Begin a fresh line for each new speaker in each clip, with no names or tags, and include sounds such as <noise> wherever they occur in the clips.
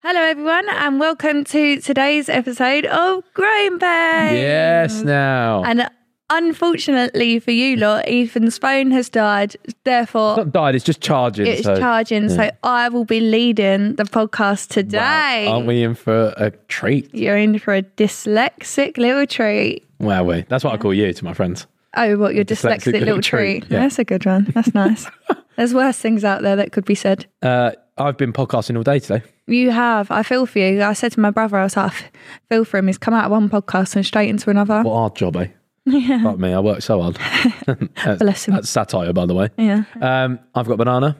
Hello, everyone, and welcome to today's episode of Growing Pains.
Yes, now.
And unfortunately for you lot, Ethan's phone has died. Therefore,
<laughs> it's not died, it's just charging.
it's
so-
charging. So I will be leading the podcast today.
Aren't we in for a treat?
You're in for a dyslexic little treat.
Wow, we. That's what I call you to my friends.
Oh, what your dyslexic,
dyslexic
little,
little
treat.
treat, yeah.
That's a good one. That's
<laughs>
nice. There's worse things out there that could be said.
Uh, I've been podcasting all day today.
You have. I feel for you. I said to my brother, I was like, I f- feel for him. He's come out of one podcast and straight into another.
What hard job, eh? Yeah. Like me, I work so hard. that's,
Bless him.
that's satire, by the way.
Yeah.
Um, I've got banana.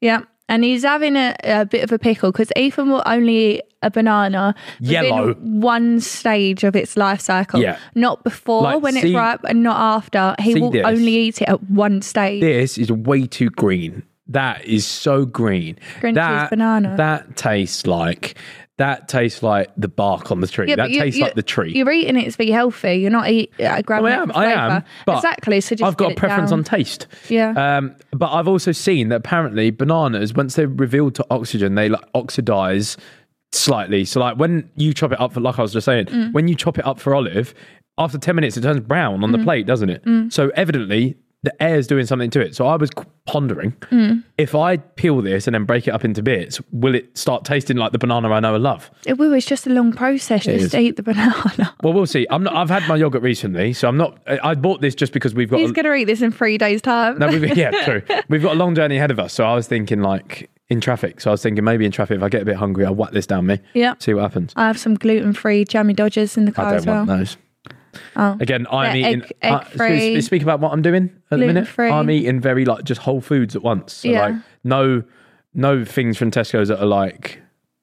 Yeah. And he's having a, a bit of a pickle because Ethan will only eat a banana within
Yellow.
one stage of its life cycle.
Yeah.
Not before
Like,
when it's
see-
ripe and not after. He
See
will
this?
only eat it at one stage.
This is way too green. That is so green.
Green
that
cheese banana.
That tastes like that tastes like the bark on the tree.
Yeah, but
that
you-
tastes
you-
like the tree.
You're eating it to be healthy. You're not eat, uh, grabbing
I
it
am.
for
I
flavour.
am. But
exactly. So just
I've got
get
a
it
preference
down.
on taste.
Yeah.
Um, but I've also seen that apparently bananas, once they're revealed to oxygen, they like oxidize slightly. So like when you chop it up for, like I was just saying,
Mm.
when you chop it up for olive, after ten minutes it turns brown on the
Mm.
plate, doesn't it? So evidently the air is doing something to it. So I was qu- pondering
Mm.
if I peel this and then break it up into bits, will it start tasting like the banana I know and love?
It will. It's just a long process just
is.
to eat the
<laughs>
banana.
Well, we'll see. I'm not. I've had my yogurt recently, so I'm not. I I bought this just because we've got.
He's
a-
going to eat this in three days' time.
No, we've, yeah, true. We've got a long journey ahead of us. So I was thinking, like, in traffic. So I was thinking, maybe in traffic, if I get a bit hungry, I'll whack this down me.
Yeah.
See what happens.
<laughs> I have some gluten free jammy dodgers in the car
I don't
as well.
want those. Again, I'm
They're
eating.
egg- egg
uh,
free.
speak, speak about what I'm doing at the minute.
Gluten-free.
I'm eating very, like, just whole foods at once. So,
Yeah.
like, no, no things from Tesco's that are like,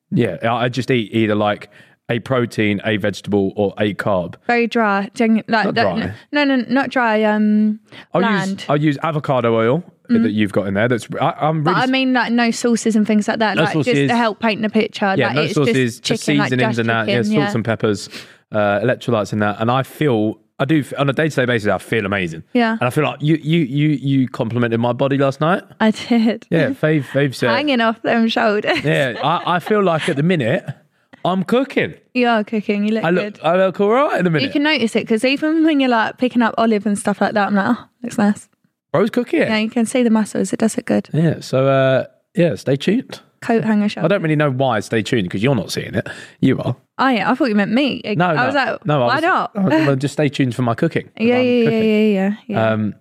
yeah, I I just eat either like a protein, a vegetable, or a carb.
Very dry. Genu- like,
Not
the-
dry. Oh,
No, no, not dry. Um,
I'll
bland. Mm.
use I'll use avocado oil that you've got in there. That's I, I'm
but
really
I mean, like no sauces and things like that.
No
like just
sauces.
to help paint the picture.
Yeah,
like,
no
it's
sauces,
just chicken,
just seasonings
like just
and that.
chicken,
yeah, salts and peppers, uh, electrolytes and that. And I feel, I do on a day to day basis, I feel amazing.
Yeah.
and I feel like you, you, you, you complimented my body last night.
I did. <laughs>
Yeah, Fave, Fave said.
Hanging off them shoulders.
Yeah, I, I feel like at the minute I'm cooking.
<laughs> you are cooking. You look,
I
good.
look, I look all right in the
You
minute.
can notice it because even when you're like picking up olive and stuff like that, I'm like, oh, looks nice.
Bro's cooking it.
Yeah,
Yeah.
you can see the muscles. It does look good.
so uh, yeah, stay tuned.
Coat hanger
I
shoulder.
don't really know why stay tuned because you're not seeing it. You are.
Oh, yeah. I thought you meant me.
No,
I
no,
was like,
no, I
why
was-
not?
I was- <laughs> well, just stay tuned for my cooking. 'cause
yeah,
I'm
yeah, yeah,
cooking.
yeah, yeah, yeah.
Um,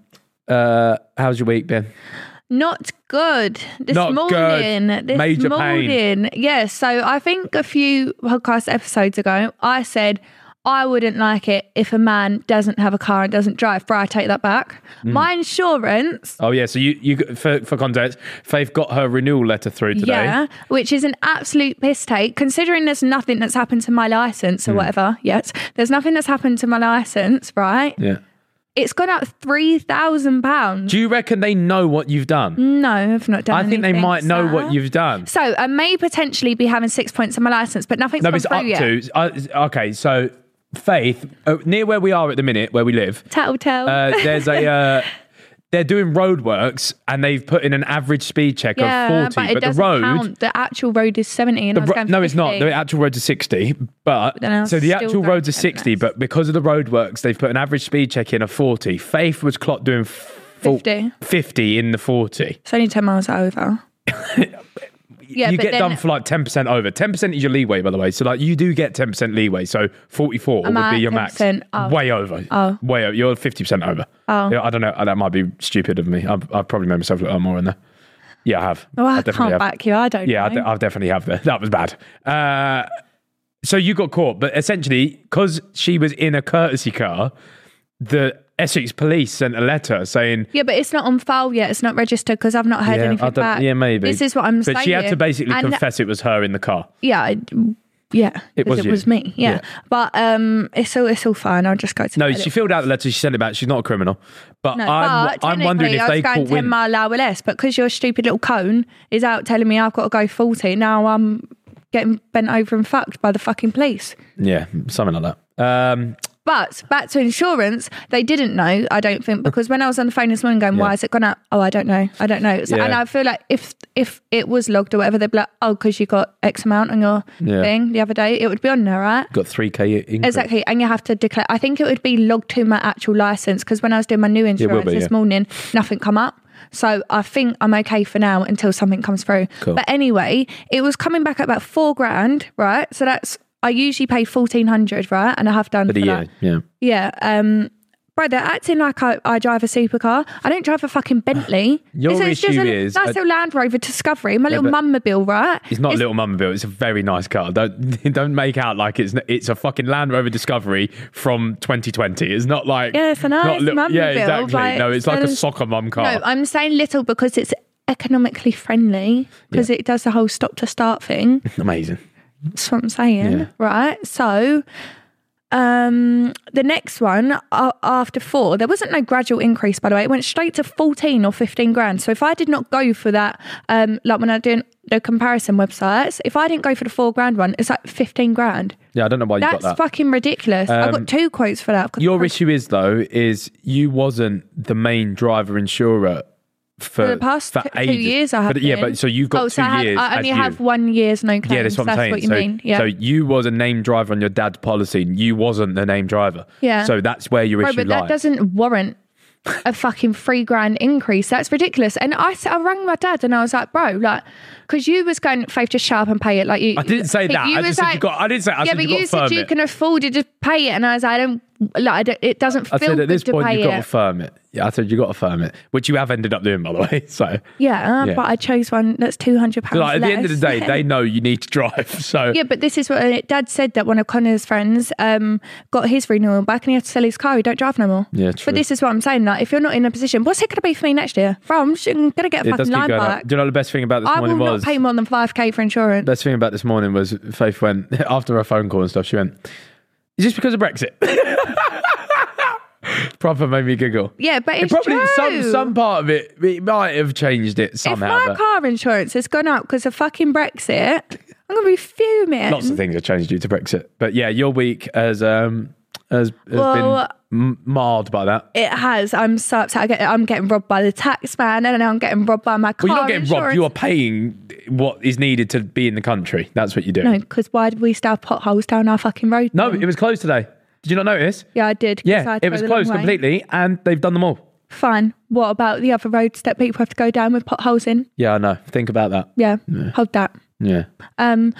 uh, how's your week been?
Not good. This
Not
morning.
good.
This
Major
morning.
pain.
Yeah. So I think a few podcast episodes ago, I said I wouldn't like it if a man doesn't have a car and doesn't drive. But I take that back.
Mm.
My insurance.
Oh yeah, so you you for, for context, Faith got her renewal letter through today.
Yeah, which is an absolute piss take, considering there's nothing that's happened to my license
Mm.
or whatever yet. There's nothing that's happened to my license, right?
Yeah.
It's gone up three thousand pounds.
Do you reckon they know what you've done?
No, I've not done.
I think they
anything,
might know
sir.
what you've done.
Mm, So I may potentially be having six points on my license, but nothing's
No,
gone
it's up
through yet.
to. Uh, okay, so Faith, uh, near where we are at the minute, where we live,
Tattletale.
uh, there's a.
<laughs>
Uh, They're doing roadworks and they've put in an average speed check
yeah,
of 40,
but it
but, the
doesn't
road.
count. The actual road is seventy, and I was
Ro-
going for
no, it's not.
50.
The actual roads are 60, but
then I was
so the
still
actual
going
roads are
for
60,
evidence.
but because of the roadworks, they've put an average speed check in of 40. Faith was clocked doing full-
50.
50 in the 40.
It's only ten miles over. <laughs> yeah,
you
but
get
then
done for like 10% over. 10% is your leeway, by the way. So, like, you do get 10% leeway. So, 44
Am
would
I
be
10%
your max.
off?
Way over. Oh. Way over. You're 50% over. Oh. I don't know. That might be stupid of me. I've, I've probably made myself look like I'm more in there. Yeah, I have.
Well, Oh, I,
definitely
can't
have.
back you. I don't.
Yeah, I,
know.
de- I definitely have <laughs> that. That was bad. Uh, so you got caught, but essentially, because she was in a courtesy car, the Essex police sent a letter saying,
Yeah, but it's not on file yet. It's not registered because I've not heard
yeah,
anything
I don't-
back.
yeah, maybe.
This is what I'm
but
saying.
But she had to basically
And,
confess it was her in the car.
Yeah, I, yeah.
It
'cause
was
it
you.
was me. Yeah.
Yeah.
but um, it's all it's all fine. I'll just go to
No,
bed.
she filled out the letter. She sent it back. She's not a criminal. But
No,
I'm,
but
I'm wondering
technically
if
I
they
was going 10
caught wind.
mile hour less, but because your stupid little cone is out telling me I've got to go 40, now I'm getting bent over and fucked by the fucking police.
Yeah, something like that. Um,
But back to insurance, they didn't know, I don't think, because when I was on the phone this morning going,
Yeah.
why has it gone up? Oh, I don't know. I don't know. So, And
Yeah.
I feel like if if it was logged or whatever, they'd be like, oh, because you got X amount on your
Yeah.
thing the other day, it would be on there, right?
Got 3K increase.
Exactly, and you have to declare. I think it would be logged to my actual license because when I was doing my new
will
insurance
be,
this
yeah.
morning, nothing come up. So I think I'm okay for now until something comes through.
Cool.
But anyway, it was coming back at about four grand, right? So that's I usually pay fourteen hundred, right? And I have done
For the
for
year.
that.
Yeah.
Yeah. Um, bro, they're acting like I, I drive a supercar. I don't drive a fucking
<sighs>
Bentley.
Your issue is-
that's
I-
a Land Rover Discovery, my little
but-
mummobile, right?
It's not a little mama bill. It's a very nice car. Don't <laughs> don't make out like it's it's a fucking Land Rover Discovery from 2020. It's not like
Yeah, it's a nice
not
mama
Yeah,
bill,
exactly.
but
no, it's like a
it's-
soccer mum car.
No, I'm saying little because it's economically friendly because it does the whole stop to start
<laughs>
thing.
Amazing.
That's what I'm saying,
Yeah.
right? So, um, the next one uh, after four, there wasn't no gradual increase. By the way, it went straight to fourteen or fifteen grand. So if I did not go for that, um, like when I did the comparison websites, if I didn't go for the four grand one, it's like fifteen grand.
Yeah, I don't know why you got
That's
that. Um,
fucking ridiculous. I've got two quotes for that. I've got
Your issue is though is you wasn't the main driver insurer for,
for the past
for
t- two
ages.
years I have.
But, yeah,
been.
but so you've got
oh,
two
so I had-
years.
I only
as you.
have one year's no claims.
Yeah, that's what I'm saying.
you
so,
mean. Yeah.
so you was a name driver on your dad's policy, and you wasn't the name driver.
Yeah.
So that's where your
Bro,
issue
but
lies.
that doesn't warrant a fucking three grand increase. That's ridiculous. And I, s- I rang my dad and I was like, bro, like, because you was going, Faith, just shut up and pay it. Like you,
I didn't say that. I just said you got. I didn't say. I
yeah,
said
but
you,
you
got
said
firm
you
it.
can afford to just pay it, and I was like, I don't, like, I don't, it doesn't feel
I said
good
at this
to
point
pay
you got to
it.
firm it. Yeah, I said you got to firm it, which you have ended up doing by the way. <laughs> So,
yeah, uh,
Yeah.
but I chose one that's two hundred pounds.
like at the end of the day,
less.
they know you need to drive. <laughs> So,
Yeah, but this is what uh, Dad said that one of Connor's friends um, got his renewal back and he had to sell his car. He don't drive no more.
Yeah, true.
But this is what I'm saying. Like, if you're not in a position, what's it going to be for me next year? Bro, I'm, going to get a
it does
fucking
keep
line
going
back.
up. Do you know the best thing about this
I will
morning was?
not pay more than five k for insurance.
best thing about this morning was Faith went <laughs> after her phone call and stuff. She went, "Is this because of Brexit?" <laughs> Proper made me giggle.
yeah, but it's
Probably
true.
some some part of it, it might have changed it
if
somehow.
my
but
car insurance has gone up because of fucking Brexit, I'm going to be fuming.
lots of things have changed due to Brexit. But yeah, your week has um has, has
Well-
been m- marred by that.
it has. I'm so upset. I get, I'm getting robbed by the tax man, and now I'm getting robbed by my car
Well, you're not getting robbed.
insurance.
You are paying what is needed to be in the country. That's what you do.
No, because why did we still have potholes down our fucking road?
No, it was closed today. Did you not notice?
Yeah, I did. 'cause I
Yeah,
had to
it
go
was
the long
closed
way.
completely, and they've done them all.
Fine. What about the other roads that people have to go down with potholes in?
Yeah, I know. Think about that.
Yeah, hold that.
Yeah,
Um,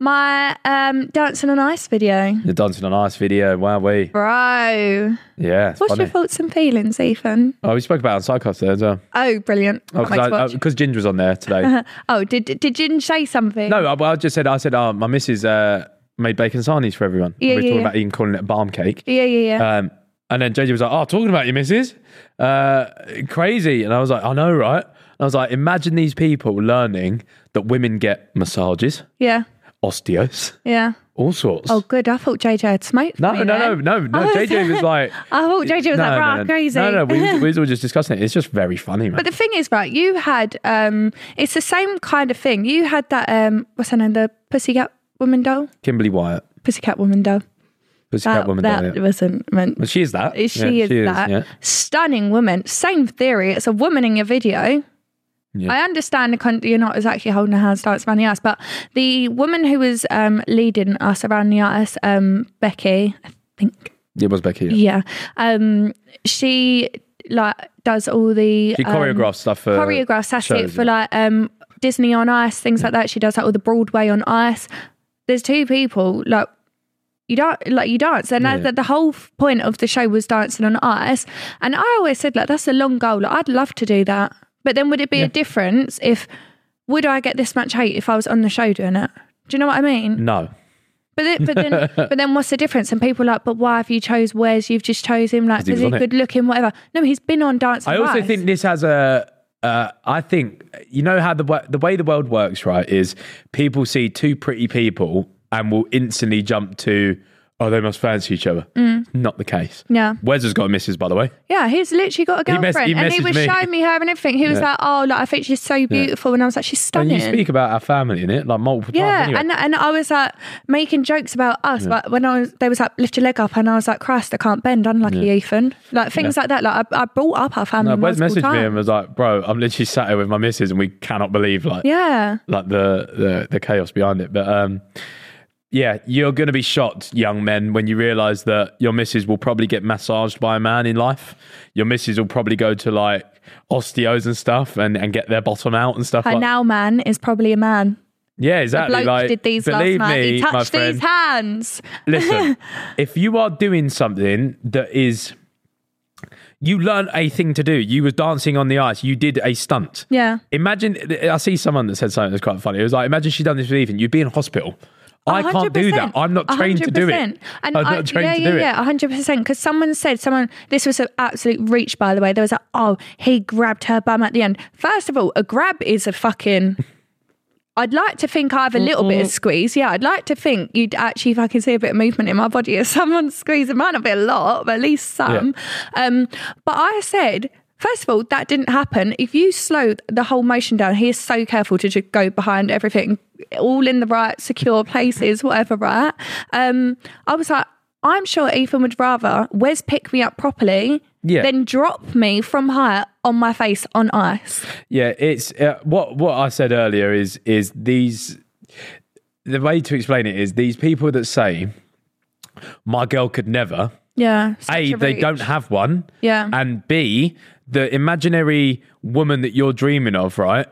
my um dancing on ice video,
the dancing on ice video. Wow, we.
bro.
Yeah, it's
What's
funny.
your thoughts and feelings, Ethan?
oh, we spoke about it on Psychos there as well.
Oh, brilliant.
Oh,
Can't wait to watch.
because Ginger was on there
<laughs>
today.
oh, did did Jin say something?
no, I, well, I just said I said oh, my missus uh, made bacon sarnies for everyone.
Yeah,
we were
yeah,
talking
yeah.
about even calling it a balm cake.
Yeah, yeah, yeah.
Um, and then JJ was like, "Oh, talking about you, missus, uh, crazy." And I was like, "I know, right?" And I was like, "Imagine these people learning that women get massages,
yeah,
osteos,
yeah.
all sorts."
Oh, good. I thought JJ had smoked.
no,
me
no, no,
then.
no, no.
Oh,
JJ
<laughs>
was like,
I thought JJ was like, "Rah, crazy."
No, no, we, was- we was all just discussing it. It's just very funny,
<laughs>
man.
But the thing is, right? You had um, it's the same kind of thing. You had that um, what's her name? The pussycat woman doll,
Kimberly Wyatt,
pussycat woman doll.
pussycat woman,
that
down here.
wasn't meant.
Well, she is that.
She
Yeah,
is that
yeah.
stunning woman. Same theory. It's a woman in your video.
Yeah.
I understand the country you're not exactly holding her hands dance around the ice, but the woman who was um, leading us around the ice, um, Becky, I think,
It was Becky.
yeah,
Yeah.
um, she like does all the
She choreographed stuff for
choreographed that's it
shows,
for
yeah.
like um Disney on Ice things like that she does like all the Broadway on Ice there's two people like you don't like you dance and that, the whole f- point of the show was dancing on ice and I always said like that's a long goal like, I'd love to do that but then would it be a difference if would I get this much hate if I was on the show doing it do you know what I mean
No,
but then, but then,
<laughs>
but then, what's the difference? And people are like, but why have you chose Wes? You've just chose him, like,
he
because
was
he's
on it.
good looking, whatever. No, he's been on Dance.
I
with
also
Us.
think this has a. Uh, I think you know how the wo- the way the world works, right? Is people see two pretty people and will instantly jump to, oh, they must fancy each other. Not the case.
Mm. Yeah.
Wes has got a missus, by the way.
Yeah, he's literally got a
He mess-
girlfriend,
he
and he
messaged
was
me.
showing me her and everything. He was
Yeah.
like, "Oh, like I think she's so beautiful," and I was like, "She's
And
stunning."
you speak about our family in it like multiple
yeah,
times. Anyway.
and and I was like making jokes about us, but when I was, they was like lift your leg up, and I was like, "Christ, I can't bend, unlucky Ethan." Like things like that. Like I, I brought up our family.
no, Wes
multiple
messaged me
times.
and was like, "Bro, I'm literally sat here with my missus, and we cannot believe like
Yeah,
like the, the the chaos behind it." But um, yeah, you're gonna be shocked, young men, when you realise that your missus will probably get massaged by a man in life. Your missus will probably go to like osteos and stuff, and and get their bottom out and stuff.
her
like,
now man is probably a man.
yeah, exactly.
Bloke
like,
did these last
believe
night.
me,
he
my
touched
friend.
these hands. <laughs>
Listen, if you are doing something that is you learn a thing to do. You was dancing on the ice. You did a stunt.
Yeah.
Imagine I see someone that said something that's quite funny. It was like, imagine she done this for Ethan. You'd be in hospital. I can't do that.
100%.
I'm not trained to do
100%.
it.
And
I'm
I-
not trained
yeah,
to
yeah,
do it.
yeah, 100%. Because someone said, someone, this was an absolute reach, by the way. There was like, oh, he grabbed her bum at the end. First of all, a grab is a fucking. I'd like to think I have a little bit of squeeze. Yeah, I'd like to think you'd actually fucking see a bit of movement in my body <laughs> if someone's squeezing. Might not be a lot, but at least some. Um, but I said, first of all, that didn't happen. If you slow the whole motion down, he is so careful to just go behind everything, all in the right secure places, whatever, right? Um, I was like, I'm sure Ethan would rather Wes pick me up properly
Yeah.
than drop me from height on my face on ice.
Yeah, it's uh, what what I said earlier is is these the way to explain it is these people that say my girl could never
Yeah. such
A,
a
they
reach.
don't have one.
Yeah.
And B, the imaginary woman that you're dreaming of, right,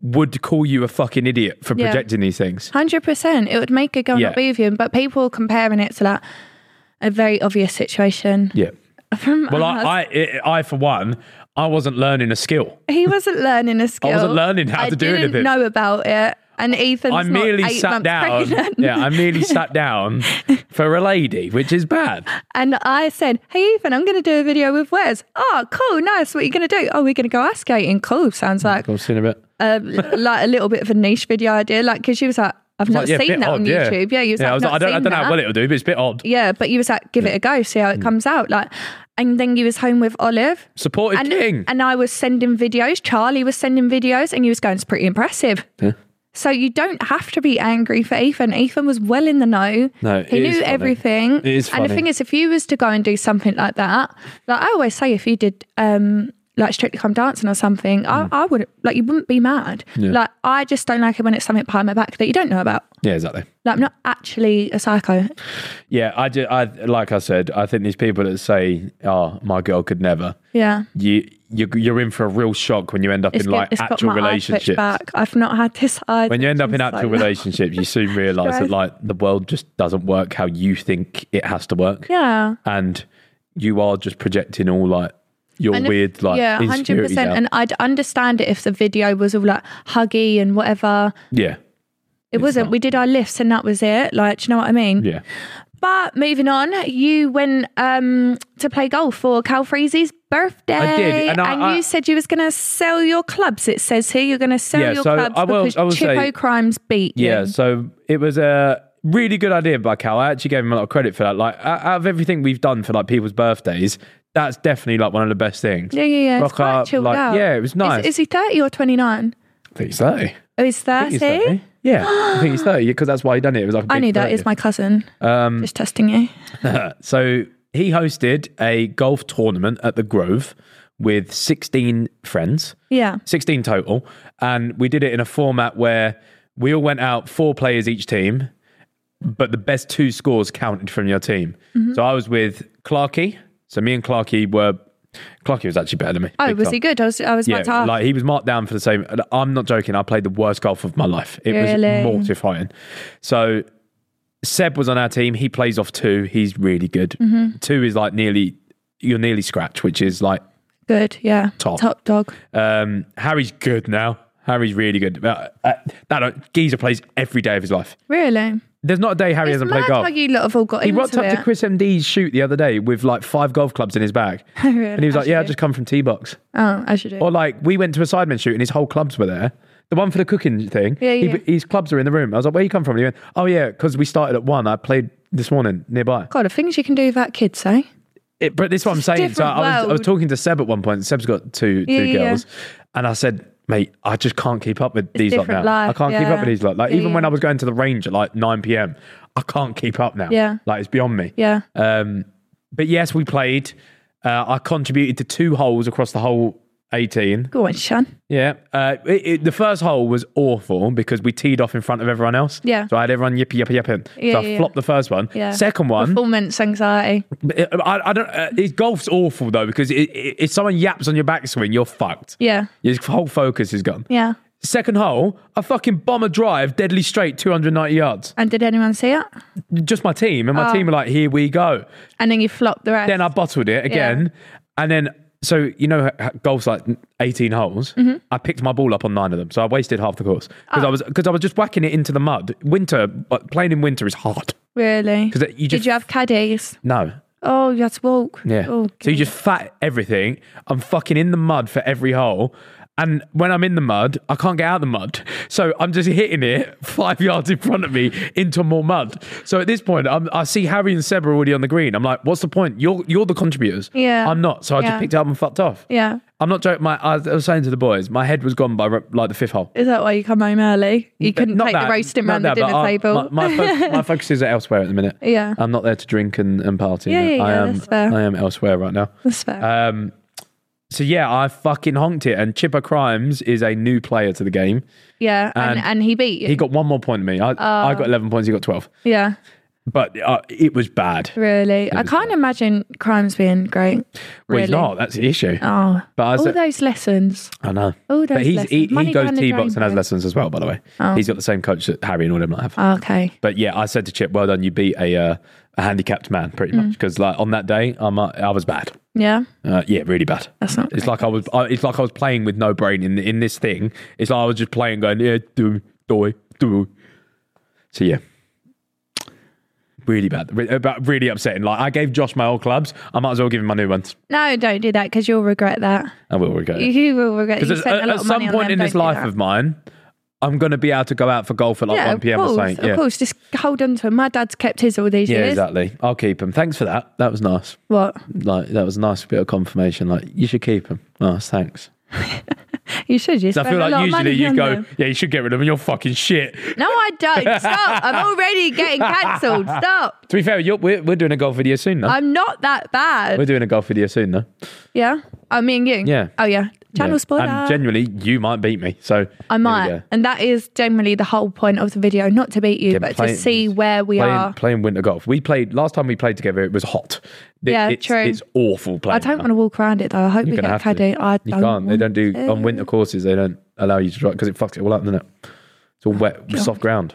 would call you a fucking idiot for
Yeah.
projecting these things.
Hundred percent. It would make a girl
Yeah.
not be with you, but people comparing it to like a very obvious situation.
Yeah.
From
Well,
us.
I, I, I, for one, I wasn't learning a skill.
he wasn't
<laughs>
learning a skill.
wasn't learning how
I
to do
didn't
anything.
Know about it, and Ethan's
I
not
merely
eight
sat
months
down.
pregnant.
Yeah, I merely sat down for a lady, which is bad.
<laughs> And I said, "Hey, Ethan, I'm going to do a video with Wes. Oh, cool, nice. What are you going to do? Oh, we're going to go ice skating. Cool. Sounds like
I've seen a bit.
uh, like a <laughs> little bit of a niche video idea. Like because she was like, I've not
Like, yeah,
seen
bit
that on
odd, yeah.
YouTube. Yeah, you was
yeah,
like,
I was
"Not
like, I don't, I
seen
don't know
that."
how well Mm. it'll do, but it's a bit odd.
Yeah, but you was like, give it a go, see how it comes out. Like, and then you was home with Olive.
Supported
and,
king.
and I was sending videos. Charlie was sending videos, and he was going, "It's pretty impressive." So you don't have to be angry for Ethan. Ethan was well in the know.
No,
he
it
knew
is funny.
everything.
It is
And the
funny.
thing is, if you was to go and do something like that, like I always say, if you did um like Strictly Come Dancing or something,
Mm.
I, I would like you wouldn't be mad. Like I just don't like it when it's something behind my back that you don't know about.
yeah, exactly.
Like I'm not actually a psycho.
Yeah, I, ju- I like I said, I think these people that say, "Oh, my girl could never,"
Yeah.
you you're, you're in for a real shock when you end up in
good.
like
It's
actual
got my eye twitched
relationships.
Back. I've not had this <laughs> eye.
When you end up in
twitching
actual
so long.
relationships, you soon realize that
Stress.
like the world just doesn't work how you think it has to work,
Yeah.
and you are just projecting all like your
And if-
weird like
yeah,
insecurities out.
And I'd understand it if the video was all like huggy and whatever.
yeah,
It wasn't.
not.
We did our lifts and that was it. Like, do you know what I mean?
yeah.
But moving on, you went um, to play golf for Cal Freezy's birthday.
I did, and I- I-
you said you was going to sell your clubs. It says here you're going to sell
Yeah,
your
so
clubs
I will-
because
I will
Chippo
say-
Crimes beat
Yeah,
you.
so it was a really good idea by Cal. I actually gave him a lot of credit for that. Like out out of everything we've done for like people's birthdays, that's definitely like one of the best things.
Yeah, yeah, yeah.
Rock
It's quite
up,
chilled
like-
out.
yeah, it was
Is-
nice.
Is, he 30 or 29?
I think so.
Oh, he's 30?
He's 30. Yeah, I think he's 30 because that's why he done it. It was like a
I
big Um,
knew that is
30.
my cousin. Just testing you.
So he hosted a golf tournament at the Grove with 16 friends,
Yeah.
16 total. And we did it in a format where we all went out, four players each team, but the best two scores counted from your team.
Mm-hmm.
So I was with Clarkey. So me and Clarkey were, Clarkey was actually better than me.
Oh,
Big
was
time.
he good? I was, I was about to
Yeah,
ask.
like he was marked down for the same. and I'm not joking. I played the worst golf of my life. It
Really?
was mortifying. So Seb was on our team. He plays off two. He's really good.
Mm-hmm.
Two is like nearly you're nearly scratch, which is like
good, yeah.
Top.
dog.
um, Harry's good now. Harry's really good. Uh, uh, that uh, geezer plays every day of his life.
Really?
There's not a day Harry
It's
hasn't
mad
played golf.
how you lot have all got
He
into
rocked up
it.
to Chris MD's shoot the other day with like five golf clubs in his bag.
<laughs> Really?
And he was
I
like, Yeah,
should
I
do.
just come from T Box.
Oh, I should do.
Or like we went to a Sidemen shoot and his whole clubs were there. The one for the cooking thing.
Yeah,
he-
yeah.
his clubs are in the room. I was like, "Where you come from?" And he went, "Oh yeah, because we started at one. I played this morning nearby.
God, the things you can do without kids, eh?
It, but this is what I'm saying. So
different
I was, I was
world.
talking to Seb at one point. Seb's got two
Yeah,
two
yeah, yeah.
girls, and I said, "Mate, I just can't keep up with these lot now.
different
I
life,
can't keep
yeah.
up with these lot. Like
Yeah,
even
yeah.
when I was going to the range at like 9 p.m., I can't keep up now.
Yeah.
like it's beyond me.
Yeah.
Um, but yes, we played. Uh, I contributed to two holes across the whole 18.
Go on, Sean.
Yeah. Uh, it, it, the first hole was awful because we teed off in front of everyone else.
Yeah.
So I had everyone yippee, yippee, yipping.
Yeah,
so I
yeah, yeah.
flopped the first one.
Yeah.
Second one,
Performance anxiety.
I, I don't. Uh, it's- golf's awful though because it, it, if someone yaps on your backswing, you're fucked.
Yeah.
Your whole focus is gone.
Yeah.
Second hole, a fucking bomber drive, deadly straight, 290 yards.
And did anyone see it?
Just my team, and my
Oh.
team were like, "Here we go."
And then you flopped the rest.
Then I bottled it again, and then so you know, h- h- golf's like 18 holes.
Mm-hmm.
I picked my ball up on nine of them, so I wasted half the course
Oh.
because I was because I was just whacking it into the mud. Winter, but playing in winter is hard
really?
because you just
Did you have caddies?
no.
Oh, you had to walk.
Yeah.
Oh,
so you
God.
just fat everything. I'm fucking in the mud for every hole. And when I'm in the mud, I can't get out of the mud. So I'm just hitting it <laughs> five yards in front of me into more mud. So at this point, I'm, I see Harry and Seb are already on the green. I'm like, what's the point? You're you're the contributors.
Yeah.
I'm not. So I just
Yeah.
picked it up and fucked off.
Yeah.
I'm not joking. My I was saying to the boys, my head was gone by like the fifth hole.
Is that why you come home early? You couldn't
Not
take
that-
the roasting
not
round the
that, but
dinner
I-
table. <laughs>
My, my, fo- my focus is elsewhere at the minute.
Yeah.
I'm not there to drink and, and party.
Yeah, yeah,
I
yeah,
am.
that's fair.
I am elsewhere right now.
That's fair.
Um, so yeah, I fucking honked it, and Chipper Crimes is a new player to the game.
yeah. And,
and
and he beat you.
He got one more point than me. I, I
Oh.
got eleven points. He got twelve.
yeah.
But uh, it was bad.
Really. I can't imagine crimes being great.
Well, he's
Really.
not. That's the issue.
Oh.
But I,
all
said,
those lessons.
I know.
all those
but he's, he,
lessons.
he
Money
goes
down the
tee box
drain,
and has
bro.
lessons as well. By the way,
Oh.
he's got the same coach that Harry and all them lot have.
Okay.
But yeah, I said to Chip, "Well done, you beat a uh, a handicapped man, pretty
Mm.
much." Because like on that day, I'm uh, I was bad.
Yeah.
Uh, yeah, really bad.
That's not
It's like I was. I, it's like I was playing with no brain in in this thing. It's like I was just playing, going yeah, do do do. So yeah, really bad, Re- about really upsetting. Like I gave Josh my old clubs. I might as well give him my new ones.
No, don't do that because you'll regret that.
I will regret it.
You will regret. You
Because
spent a
at,
lot
at
of money on
some point
them,
in this
don't do
life
that.
of mine, I'm gonna be able to go out for golf at like
yeah,
one p.m.
of course,
or something. Yeah,
of course. Just hold on to him. My dad's kept his all these
yeah,
years.
exactly. I'll keep him. Thanks for that. That was nice.
What?
Like that was a nice bit of confirmation. Like you should keep him. Nice, thanks.
You should. You spent
I feel
a lot
like
of money
usually you
on
go,
them.
yeah, you should get rid of them. You're fucking shit.
No, I
<laughs>
don't. Stop. I'm already getting cancelled. Stop.
To be fair, you're, we're, we're doing a golf video soon, though.
I'm not that bad.
we're doing a golf video soon, though.
yeah. I mean you.
Yeah.
Oh yeah. Channel
Yeah.
spoiler.
And genuinely, you might beat me. So
I might. And that is generally the whole point of the video, not to beat you, but
play-
to see where we
Playing,
are.
playing winter golf. We played last time we played together. It was hot. It-
Yeah,
it's,
true.
It's awful playing.
I don't want to walk around it though. I hope we
You're
get
gonna
a
have to.
caddy. I
You
don't
can't. They
want
don't do
to.
on winter courses. They don't allow you to drive because it fucks it all up, doesn't it? It's all wet, soft ground.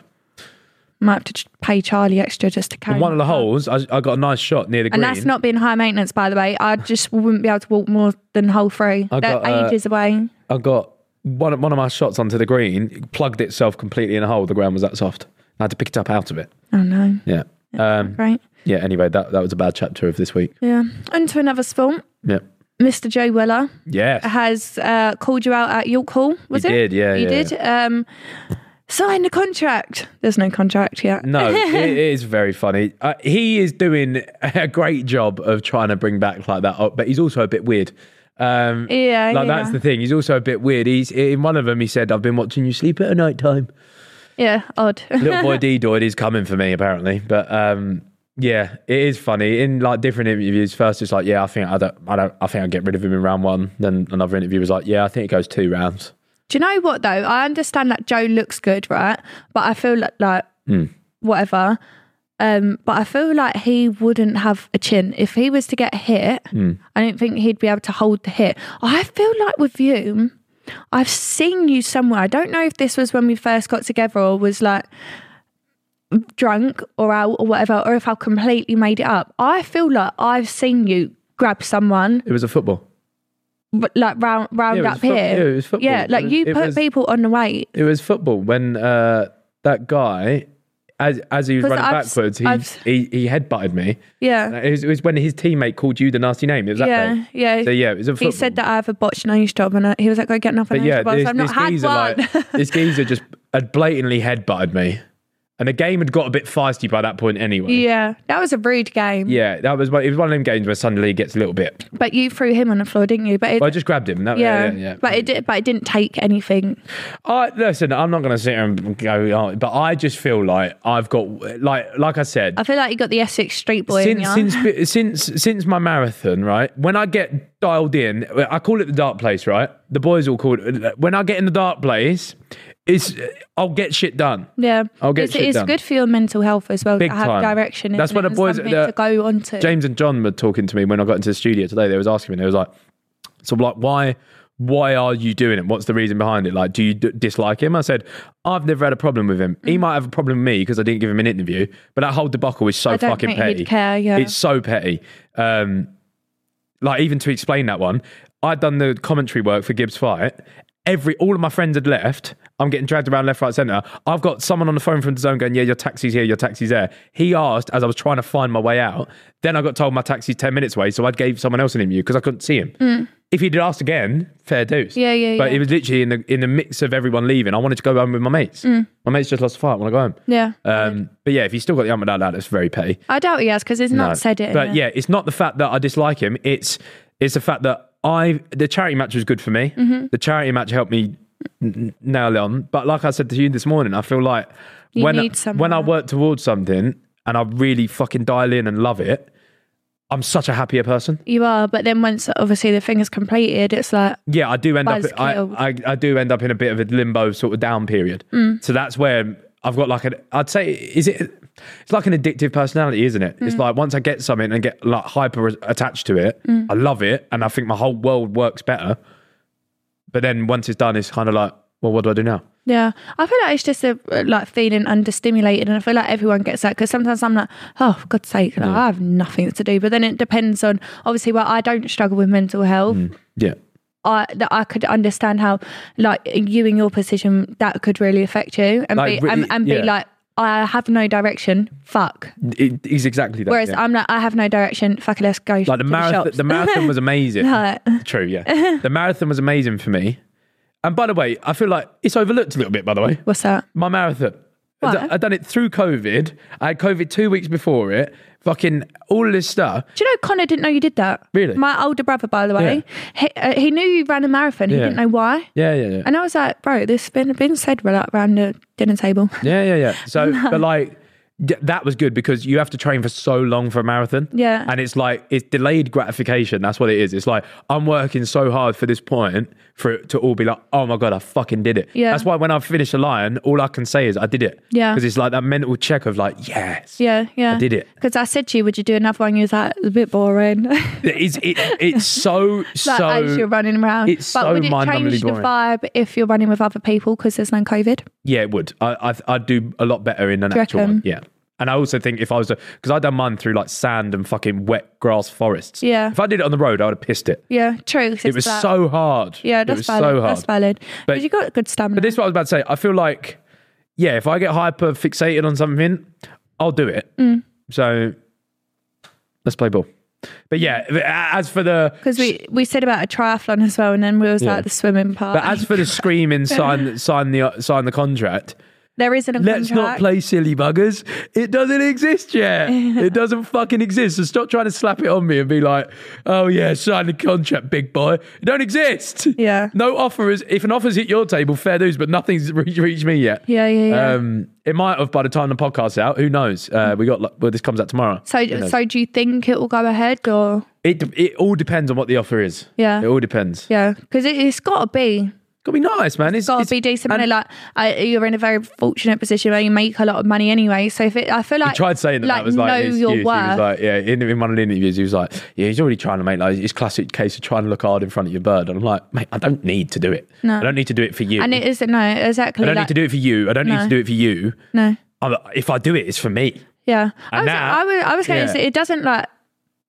Might have to ch- pay Charlie extra just to carry.
And one of
my
the
car.
holes, I, I got a nice shot near the green.
And that's not being high maintenance, by the way. I just wouldn't be able to walk more than hole three.
I
They're
got, uh,
ages away.
I got one of, one of my shots onto the green, plugged itself completely in a hole. The ground was that soft. I had to pick it up out of it.
Oh no,
Yeah. Um,
right?
yeah. Anyway, that, that was a bad chapter of this week.
Yeah. On to another sport.
Yeah.
Mr. Joe Weller
Yeah.
has uh, called you out at York Hall. Was
He
it?
did, yeah,
You
yeah.
did. Um, sign the contract. There's no contract yet.
No,
<laughs>
it is very funny. Uh, he is doing a great job of trying to bring back like that, up, but he's also a bit weird. Um,
Yeah,
like
yeah.
that's the thing. He's also a bit weird. He's in one of them. He said, "I've been watching you sleep at a night time."
Yeah. Odd.
<laughs>
<laughs>
little boy D Doid is coming for me apparently. But um, yeah, it is funny. In like different interviews, first it's like, yeah, I think I don't, I don't, I think I get rid of him in round one. Then another interview was like, yeah, I think it goes two rounds.
Do you know what though? I understand that Joe looks good, right? But I feel like, like whatever. Um, but I feel like he wouldn't have a chin. If he was to get hit, I don't think he'd be able to hold the hit. I feel like with you, I've seen you somewhere. I don't know if this was when we first got together or was like drunk or out or whatever, or if I completely made it up. I feel like I've seen you grab someone
It was a football.
but, like round round
it was
up
foot-
here.
yeah, it was football.
Yeah,
It
like
was-
you
it
put
was-
people on the weight.
It was football when uh, that guy, as as he was
'Cause
running
I've-
backwards, he,
I've-
he he headbutted me.
Yeah.
It was, it was when his teammate called you the nasty name. It was that
Yeah,
day.
yeah.
So yeah, it was a football.
He said that I have a botched nose job, and I, he was like, "Go get another
But
nose
yeah,
job." I was
this,
<laughs> like, "I've
this
not had
geezer
one."
like this geezer just had blatantly headbutted me, And the game had got a bit feisty by that point anyway.
Yeah, that was a rude game.
Yeah, that was one, it was one of them games where suddenly it gets a little bit.
But you threw him on the floor, didn't you? But it,
Well, I just grabbed him. That,
yeah,
yeah, yeah, yeah.
but it did, but it didn't take anything.
I listen. I'm not going to sit here and go, oh, but I just feel like I've got like like I said
I feel like you got the Essex Street Boy in you.
since since since since my marathon. Right, when I get dialed in, I call it the dark place. Right, the boys all call it. When I get in the dark place, it's I'll get shit done.
yeah,
I'll get
it's,
shit
it's
done.
good for your mental health as well.
Big
to have
time.
direction.
That's
isn't
what
it,
the
and
boys-
something
the-
to go on to.
James and John were talking to me when I got into the studio today. They was asking me. They was like, "So, like, why, why are you doing it? What's the reason behind it? Like, do you d- dislike him?" I said, "I've never had a problem with him.
Mm.
He might have a problem with me because I didn't give him an interview, but that whole debacle is so
I don't
fucking
think
petty.
he'd care, yeah.
It's so petty. Um, like, even to explain that one, I'd done the commentary work for Gibbs Fight. Every all of my friends had left. I'm getting dragged around left, right, centre. I've got someone on the phone from the zone going, "Yeah, your taxi's here, your taxi's there." He asked as I was trying to find my way out. Then I got told my taxi's ten minutes away, so I gave someone else an interview because I couldn't see him. If he'd asked again, fair dues.
Mm. Yeah, yeah,
But
yeah.
it was literally in the in the mix of everyone leaving. I wanted to go home with my mates.
Mm.
My mates just lost a fight. I want to go home.
yeah,
Um, but yeah, if you still got the arm with that, lad, that's very petty.
I doubt he has because he's
No.
not said it.
But yeah. it's not the fact that I dislike him. It's it's the fact that I the charity match was good for me.
Mm-hmm.
The charity match helped me n- n- nail it on. But like I said to you this morning, I feel like
You
when
need
I,
someone.
when I work towards something and I really fucking dial in and love it, I'm such a happier person.
you are. But then once obviously the thing is completed, it's like
Yeah, I do end up. I,
Buzzkill.
I I do end up in a bit of a limbo sort of down period.
Mm.
So that's where I've got like an. I'd say is it. It's like an addictive personality, isn't it?
Mm.
It's like once I get something and get like hyper attached to it,
Mm.
I love it, and I think my whole world works better. But then once it's done, it's kind of like, well, what do I do now?
Yeah, I feel like it's just a uh, like feeling understimulated, and I feel like everyone gets that because sometimes I'm like, oh, for God's sake, like, I have nothing to do. But then it depends on obviously where I don't struggle with mental health.
Yeah,
I that I could understand how like you in your position that could really affect you, and
Like,
be
re-
and, and
yeah.
be like, I have no direction. Fuck.
it is exactly that.
Whereas
yeah.
I'm like, I have no direction. Fuck it, let's go.
like the marathon.
<laughs>
The, marathon was amazing. True, yeah. the marathon was amazing for me. And by the way, I feel like it's overlooked a little bit. By the way,
What's that?
My marathon. I
What?
done, I done it through COVID. I had COVID two weeks before it. Fucking all of this stuff.
Do you know Connor didn't know you did that?
Really?
My older brother, by the way, he, uh, he knew you ran a marathon. He
Yeah.
didn't know why.
Yeah, yeah, yeah.
And I was like, bro, this has been, been said like, around the dinner table. <laughs>
Yeah, yeah, yeah. So, but like, d- that was good because you have to train for so long for a marathon.
Yeah.
And it's like, it's delayed gratification. That's what it is. It's like, I'm working so hard for this point for it to all be like, oh my God, I fucking did it.
Yeah.
That's why when I finish a lion, all I can say is I did it.
Yeah.
Because it's like that mental check of like, yes.
Yeah, yeah.
I did it.
Because I said to you, would you do another one? You was like, it's a bit boring. <laughs> like,
It's, it, it's so,
<laughs>
so.
as you're running around.
it's
but
so
would it
mind-numbingly
change the
boring.
vibe if you're running with other people because there's no COVID?
Yeah, it would. I I I'd do a lot better in an
you
actual
reckon?
one. Yeah. And I also think if I was to, because I'd done mine through like sand and fucking wet grass forests.
Yeah.
If I did it on the road, I would have pissed it.
Yeah, true. 'cause
It
it's
was
like-
so hard.
Yeah,
it
that's
was
valid.
so hard.
That's valid. But you got good stamina.
But this is what I was about to say. I feel like, yeah, if I get hyper fixated on something, I'll do it.
Mm.
So let's play ball. But yeah, as for the
Because we, we said about a triathlon as well, and then we was
Yeah.
like the swimming part.
but as for the screaming sign sign the sign the contract,
<laughs> there isn't a
Let's not
contract.
play silly buggers. It doesn't exist
<laughs>
yet. it doesn't fucking exist. So stop trying to slap it on me and be like, oh yeah, sign the contract, big boy. It don't exist.
Yeah.
No offer is if an offer's hit your table, fair dues, but nothing's <laughs> re- reached me yet.
Yeah, yeah, yeah.
Um, it might have by the time the podcast's out. Who knows? Uh, we got like, well, this comes out tomorrow.
so,
Who knows?
so do you think it will go ahead or?
it it all depends on what the offer is.
Yeah.
It all depends.
Yeah, because it, it's got to be.
Gotta be nice, man. It's
got to be decent money. Like I, you're in a very fortunate position where you make a lot of money anyway. So if it, I feel like
He tried saying that
like,
that was like an
know
excuse.
your
He was
worth.
like, yeah, in, in one of the interviews, he was like, yeah, he's already trying to make like his classic case of trying to look hard in front of your bird. And I'm like, mate, I don't need to do it.
No.
I don't need to do it for you.
and it isn't no
I
exactly.
don't
like,
need to do it for you. I don't need
No.
to do it for you.
no.
I'm, if I do it, it's for me.
Yeah, I was,
And now-
I was I was going to
yeah.
say it doesn't like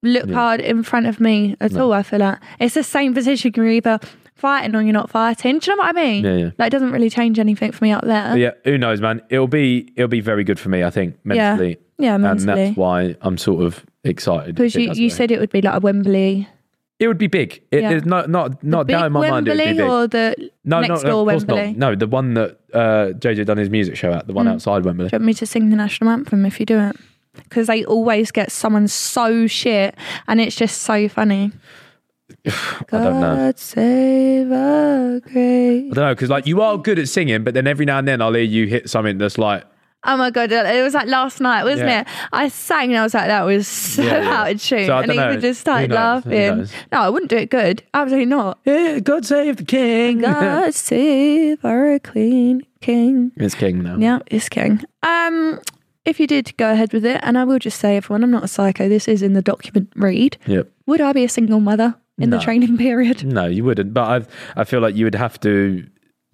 look hard in front of me at all. I feel like it's the same position. You're either fighting or you're not fighting. Do you know what I mean?
Yeah, yeah.
Like it doesn't really change anything for me out there.
But yeah, who knows, man? It'll be it'll be very good for me, I think, mentally.
Yeah,
And
mentally.
that's why I'm sort of excited.
Because you, you said it would be like a Wembley
It would be big. It,
Yeah.
It's not not not
Big
down in my mind. It would
Wembley
be big.
or the
no,
next
no, no,
door
of course
Wembley? Mm.
not. No, the one that uh, JJ done his music show at, the one outside Wembley.
Do you want me to sing the national anthem if you do it? Because they always get someone so shit, and it's just so funny.
<sighs> I don't know.
God save a
I
great.
don't know because like you are good at singing, but then every now and then I'll hear you hit something that's like
Oh my god, it was like last night, wasn't
Yeah.
it? I sang and I was like, that was so
Yeah, yeah.
out of tune,
So I
and
don't know.
Ethan just
Who
started
knows? Who
laughing.
knows?
No, I wouldn't do it good. Absolutely
<laughs>
not.
"Yeah, God save the king."
God save our queen, king.
<laughs> it's king now.
Yeah, it's king. Um, if you did go ahead with it, and I will just say, everyone, I'm not a psycho. This is in the document read.
Yep.
Would I be a single mother in
No.
the training <laughs> period?
No, you wouldn't. But I I feel like you would have to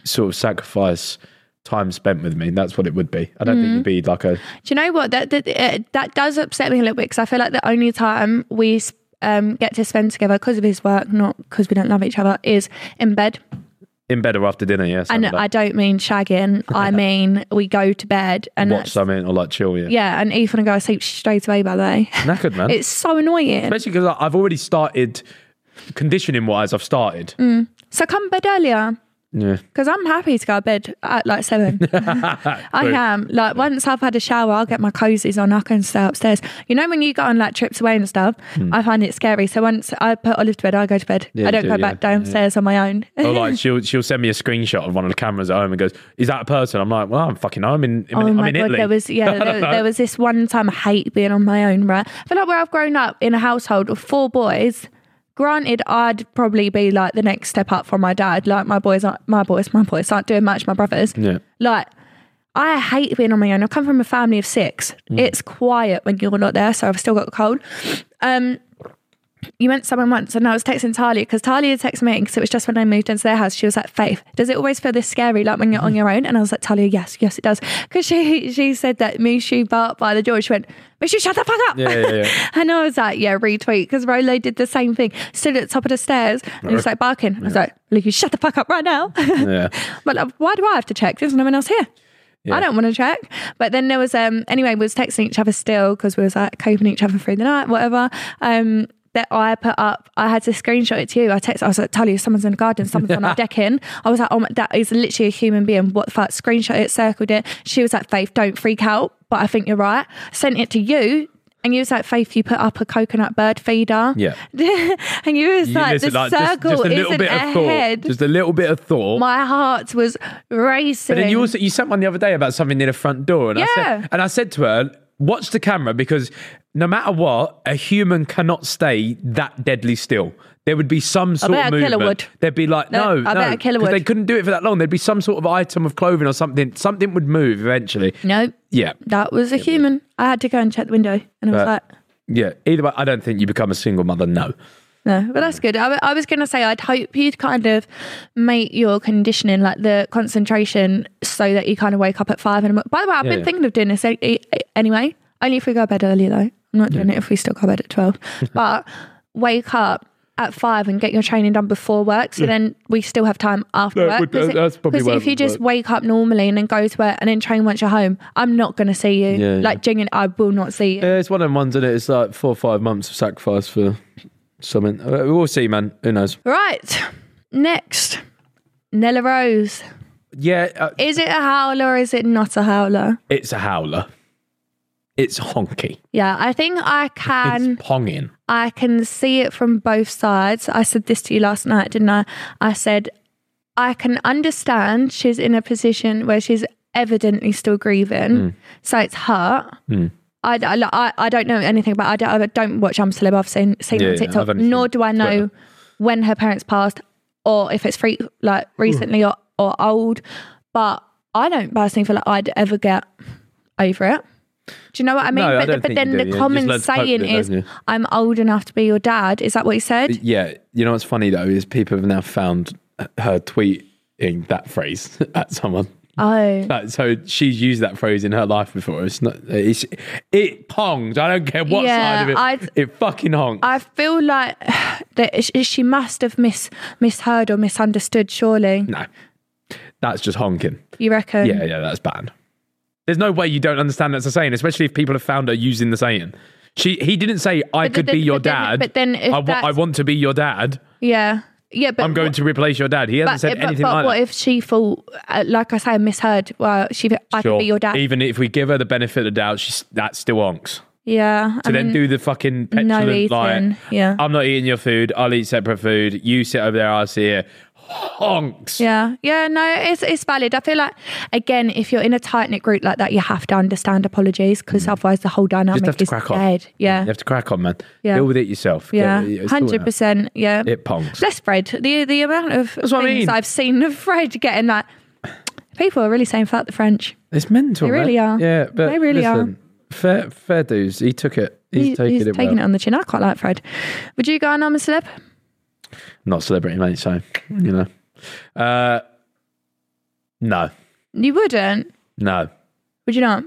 sort of sacrifice time spent with me. That's what it would be. I don't
Mm-hmm.
think you'd be like a
Do you know what that that, uh, that does upset me a little bit because I feel like the only time we um, get to spend together because of his work, not because we don't love each other, is in bed.
in bed or after dinner. Yeah,
And
something
I
like,
don't mean shagging. I mean we go to bed and
watch
that's-
something or like chill. Yeah,
yeah, and Ethan and I go to sleep straight away. By the
<laughs>
way,
knackered man.
it's so annoying.
Especially because I've already started conditioning wise. I've started.
Mm. So come bed earlier. <laughs>
Yeah,
Because I'm happy to go to bed at like
<laughs>
seven. I am. Like, once I've had a shower, I'll get my cozies on. I can stay upstairs. You know, when you go on like trips away and stuff, I find it scary. So once I put Olive to bed, I go to bed.
Hmm. Yeah,
I don't
you
go
do,
back
yeah.
downstairs on my own.
or
<laughs>
like she'll she'll send me a screenshot of one of the cameras at home and goes, "Is that a person?" I'm like, "Well, I'm fucking. I'm in. I'm,
Oh
in- I'm
my
in
god,
Italy."
there was yeah,
<laughs>
there, there was this one time I hate being on my own, right? I feel like where I've grown up in a household of four boys. Granted, I'd probably be like the next step up from my dad. Like my boys, aren't, my boys, my boys aren't doing much. My brothers,
yeah.
like I hate being on my own. I come from a family of six.
Mm.
It's quiet when you're not there, so I've still got a cold. Um, you went somewhere once, and I was texting Talia because Talia had texted me because it was just when I moved into their house. She was like, "Faith, does it always feel this scary, like when you're
Mm.
on your own?" And I was like, "Talia, yes, yes, it does." Because she she said that Mushu barked by the door. She went, "Mushu, shut the fuck up!"
Yeah, yeah, yeah.
<laughs> and I was like, "Yeah, retweet," because Rolo did the same thing. Stood at the top of the stairs and he was like barking. I was like, "Look, you shut the fuck up right now." <laughs>
Yeah.
But like, why do I have to check? There's no one else here. I don't want to check. But then there was um anyway, we was texting each other still because we was like coping each other through the night, whatever. Um that I put up, I had to screenshot it to you. I texted, I was like, tell you, someone's in the garden, someone's on
<laughs>
our deck in. I was like, oh, my, that is literally a human being. What the fuck? Screenshot it, circled it. She was like, Faith, don't freak out, but I think you're right. Sent it to you. And you was like, Faith, you put up a coconut bird feeder.
Yeah.
<laughs> and you was like,
listen,
the
like, just-
circle
just, a little
isn't
bit of thought.
ahead.
Just a little bit of thought.
My heart was racing.
But then you also you sent one the other day about something near the front door, and I
Yeah.
said, and I said to her, "Watch the camera because no matter what, a human cannot stay that deadly still. There would be some sort
bet
of
a killer
movement.
would.
There'd be like no,
No,
no,
I bet a killer
'cause
would.
They couldn't do it for that long. There'd be some sort of item of clothing or something. Something would move eventually.
no,
Yeah,
that was a human. I had to go and check the window, and I was
But-
like,
yeah. Either way, I don't think you become a single mother. No.
no, but that's good. I, w- I was going to say, I'd hope you'd kind of make your conditioning, like the concentration, so that you kind of wake up at five. And by the way, I've been
yeah.
thinking of doing this a- a- anyway. Only if we go to bed early, though. I'm not doing it if we still go to bed at
<laughs>
twelve. but wake up at five and get your training done before work, so then we still have time after work.
That would-
'Cause
that's probably
'cause
where
if you
it would
just wake up normally and then go to work and then train once you're home, I'm not going to see you.
Yeah, yeah.
like genuinely, I will not see you.
Yeah, it's one of them ones, isn't it? It's like four or five months of sacrifice for something. Uh, We'll see, man. Who knows?
Right. Next, Nella Rose.
Yeah, uh,
Is it a howler or is it not a howler?
it's a howler. It's honky.
Yeah, I think I can
it's ponging.
I can see it from both sides. I said this to you last night, didn't I? I said I can understand she's in a position where she's evidently still grieving,
Hmm.
so it's hurt. I, I, I- I don't know anything about. I don't, I don't watch I'm Celeb. I've seen seen
Yeah,
it
yeah,
on TikTok.
I've only
nor
seen
do I know
Twitter.
when her parents passed, or if it's free like
Hmm.
recently or, or old. But I don't personally feel like I'd ever get over it. Do you know what I mean?
No, I
but
don't
but
think
then
you
the
do, yeah. You just
common
learn to cope
saying
with it,
is,
don't you?
"I'm old enough to be your dad." Is that what he said?
Yeah, you know what's funny though is people have now found her tweeting that phrase <laughs> at someone.
Oh,
Like, so she's used that phrase in her life before. It's not. It's, it ponged. I don't care what
Yeah,
side of it.
I'd-
it fucking honked.
I feel like <sighs> that sh- she must have mis- misheard or misunderstood. Surely,
no, that's just honking.
you reckon?
Yeah, yeah, that's banned. There's no way you don't understand that's a saying, especially if people have found her using the saying. She he didn't say I
But
could
then-
be your
but then-
dad.
but then if
I, wa- I
that's-
want to be your dad.
Yeah. Yeah, but
I'm going
what-
to replace your dad. He hasn't
But,
said
but-
anything
but
like
what
that.
if she thought, uh, like I say, misheard? Well, she, I could
Sure.
be your dad.
Even if we give her the benefit of the doubt, she's that's still onks.
yeah. I
To then
mean,
do the fucking
Mm-hmm. no
petulant
eating.
like,
yeah.
I'm not eating your food. I'll eat separate food. You sit over there. I'll sit here. Honks.
yeah. Yeah. No, it's, it's valid. I feel like, again, if you're in a tight knit group like that, you have to understand apologies because otherwise the whole dynamic
Mm. have to
is
crack on.
dead.
You
Yeah.
have to crack on, man.
Yeah.
Deal with it yourself.
Yeah.
Get- it's all in
Hundred percent. Yeah.
It pongs.
Bless Fred. The the amount of things
what I mean.
have seen of Fred getting that. People are really saying fuck the French.
It's mental.
They
man.
really are.
Yeah, but
They really are.
listen, Fair, fair dues. He took it. He's
He-
taken
he's
it
taking
well.
it on the chin. I quite like Fred. Would you go on I'm a celeb?
Not celebrity, mate. So you know, uh, no,
You wouldn't.
no.
Would you not?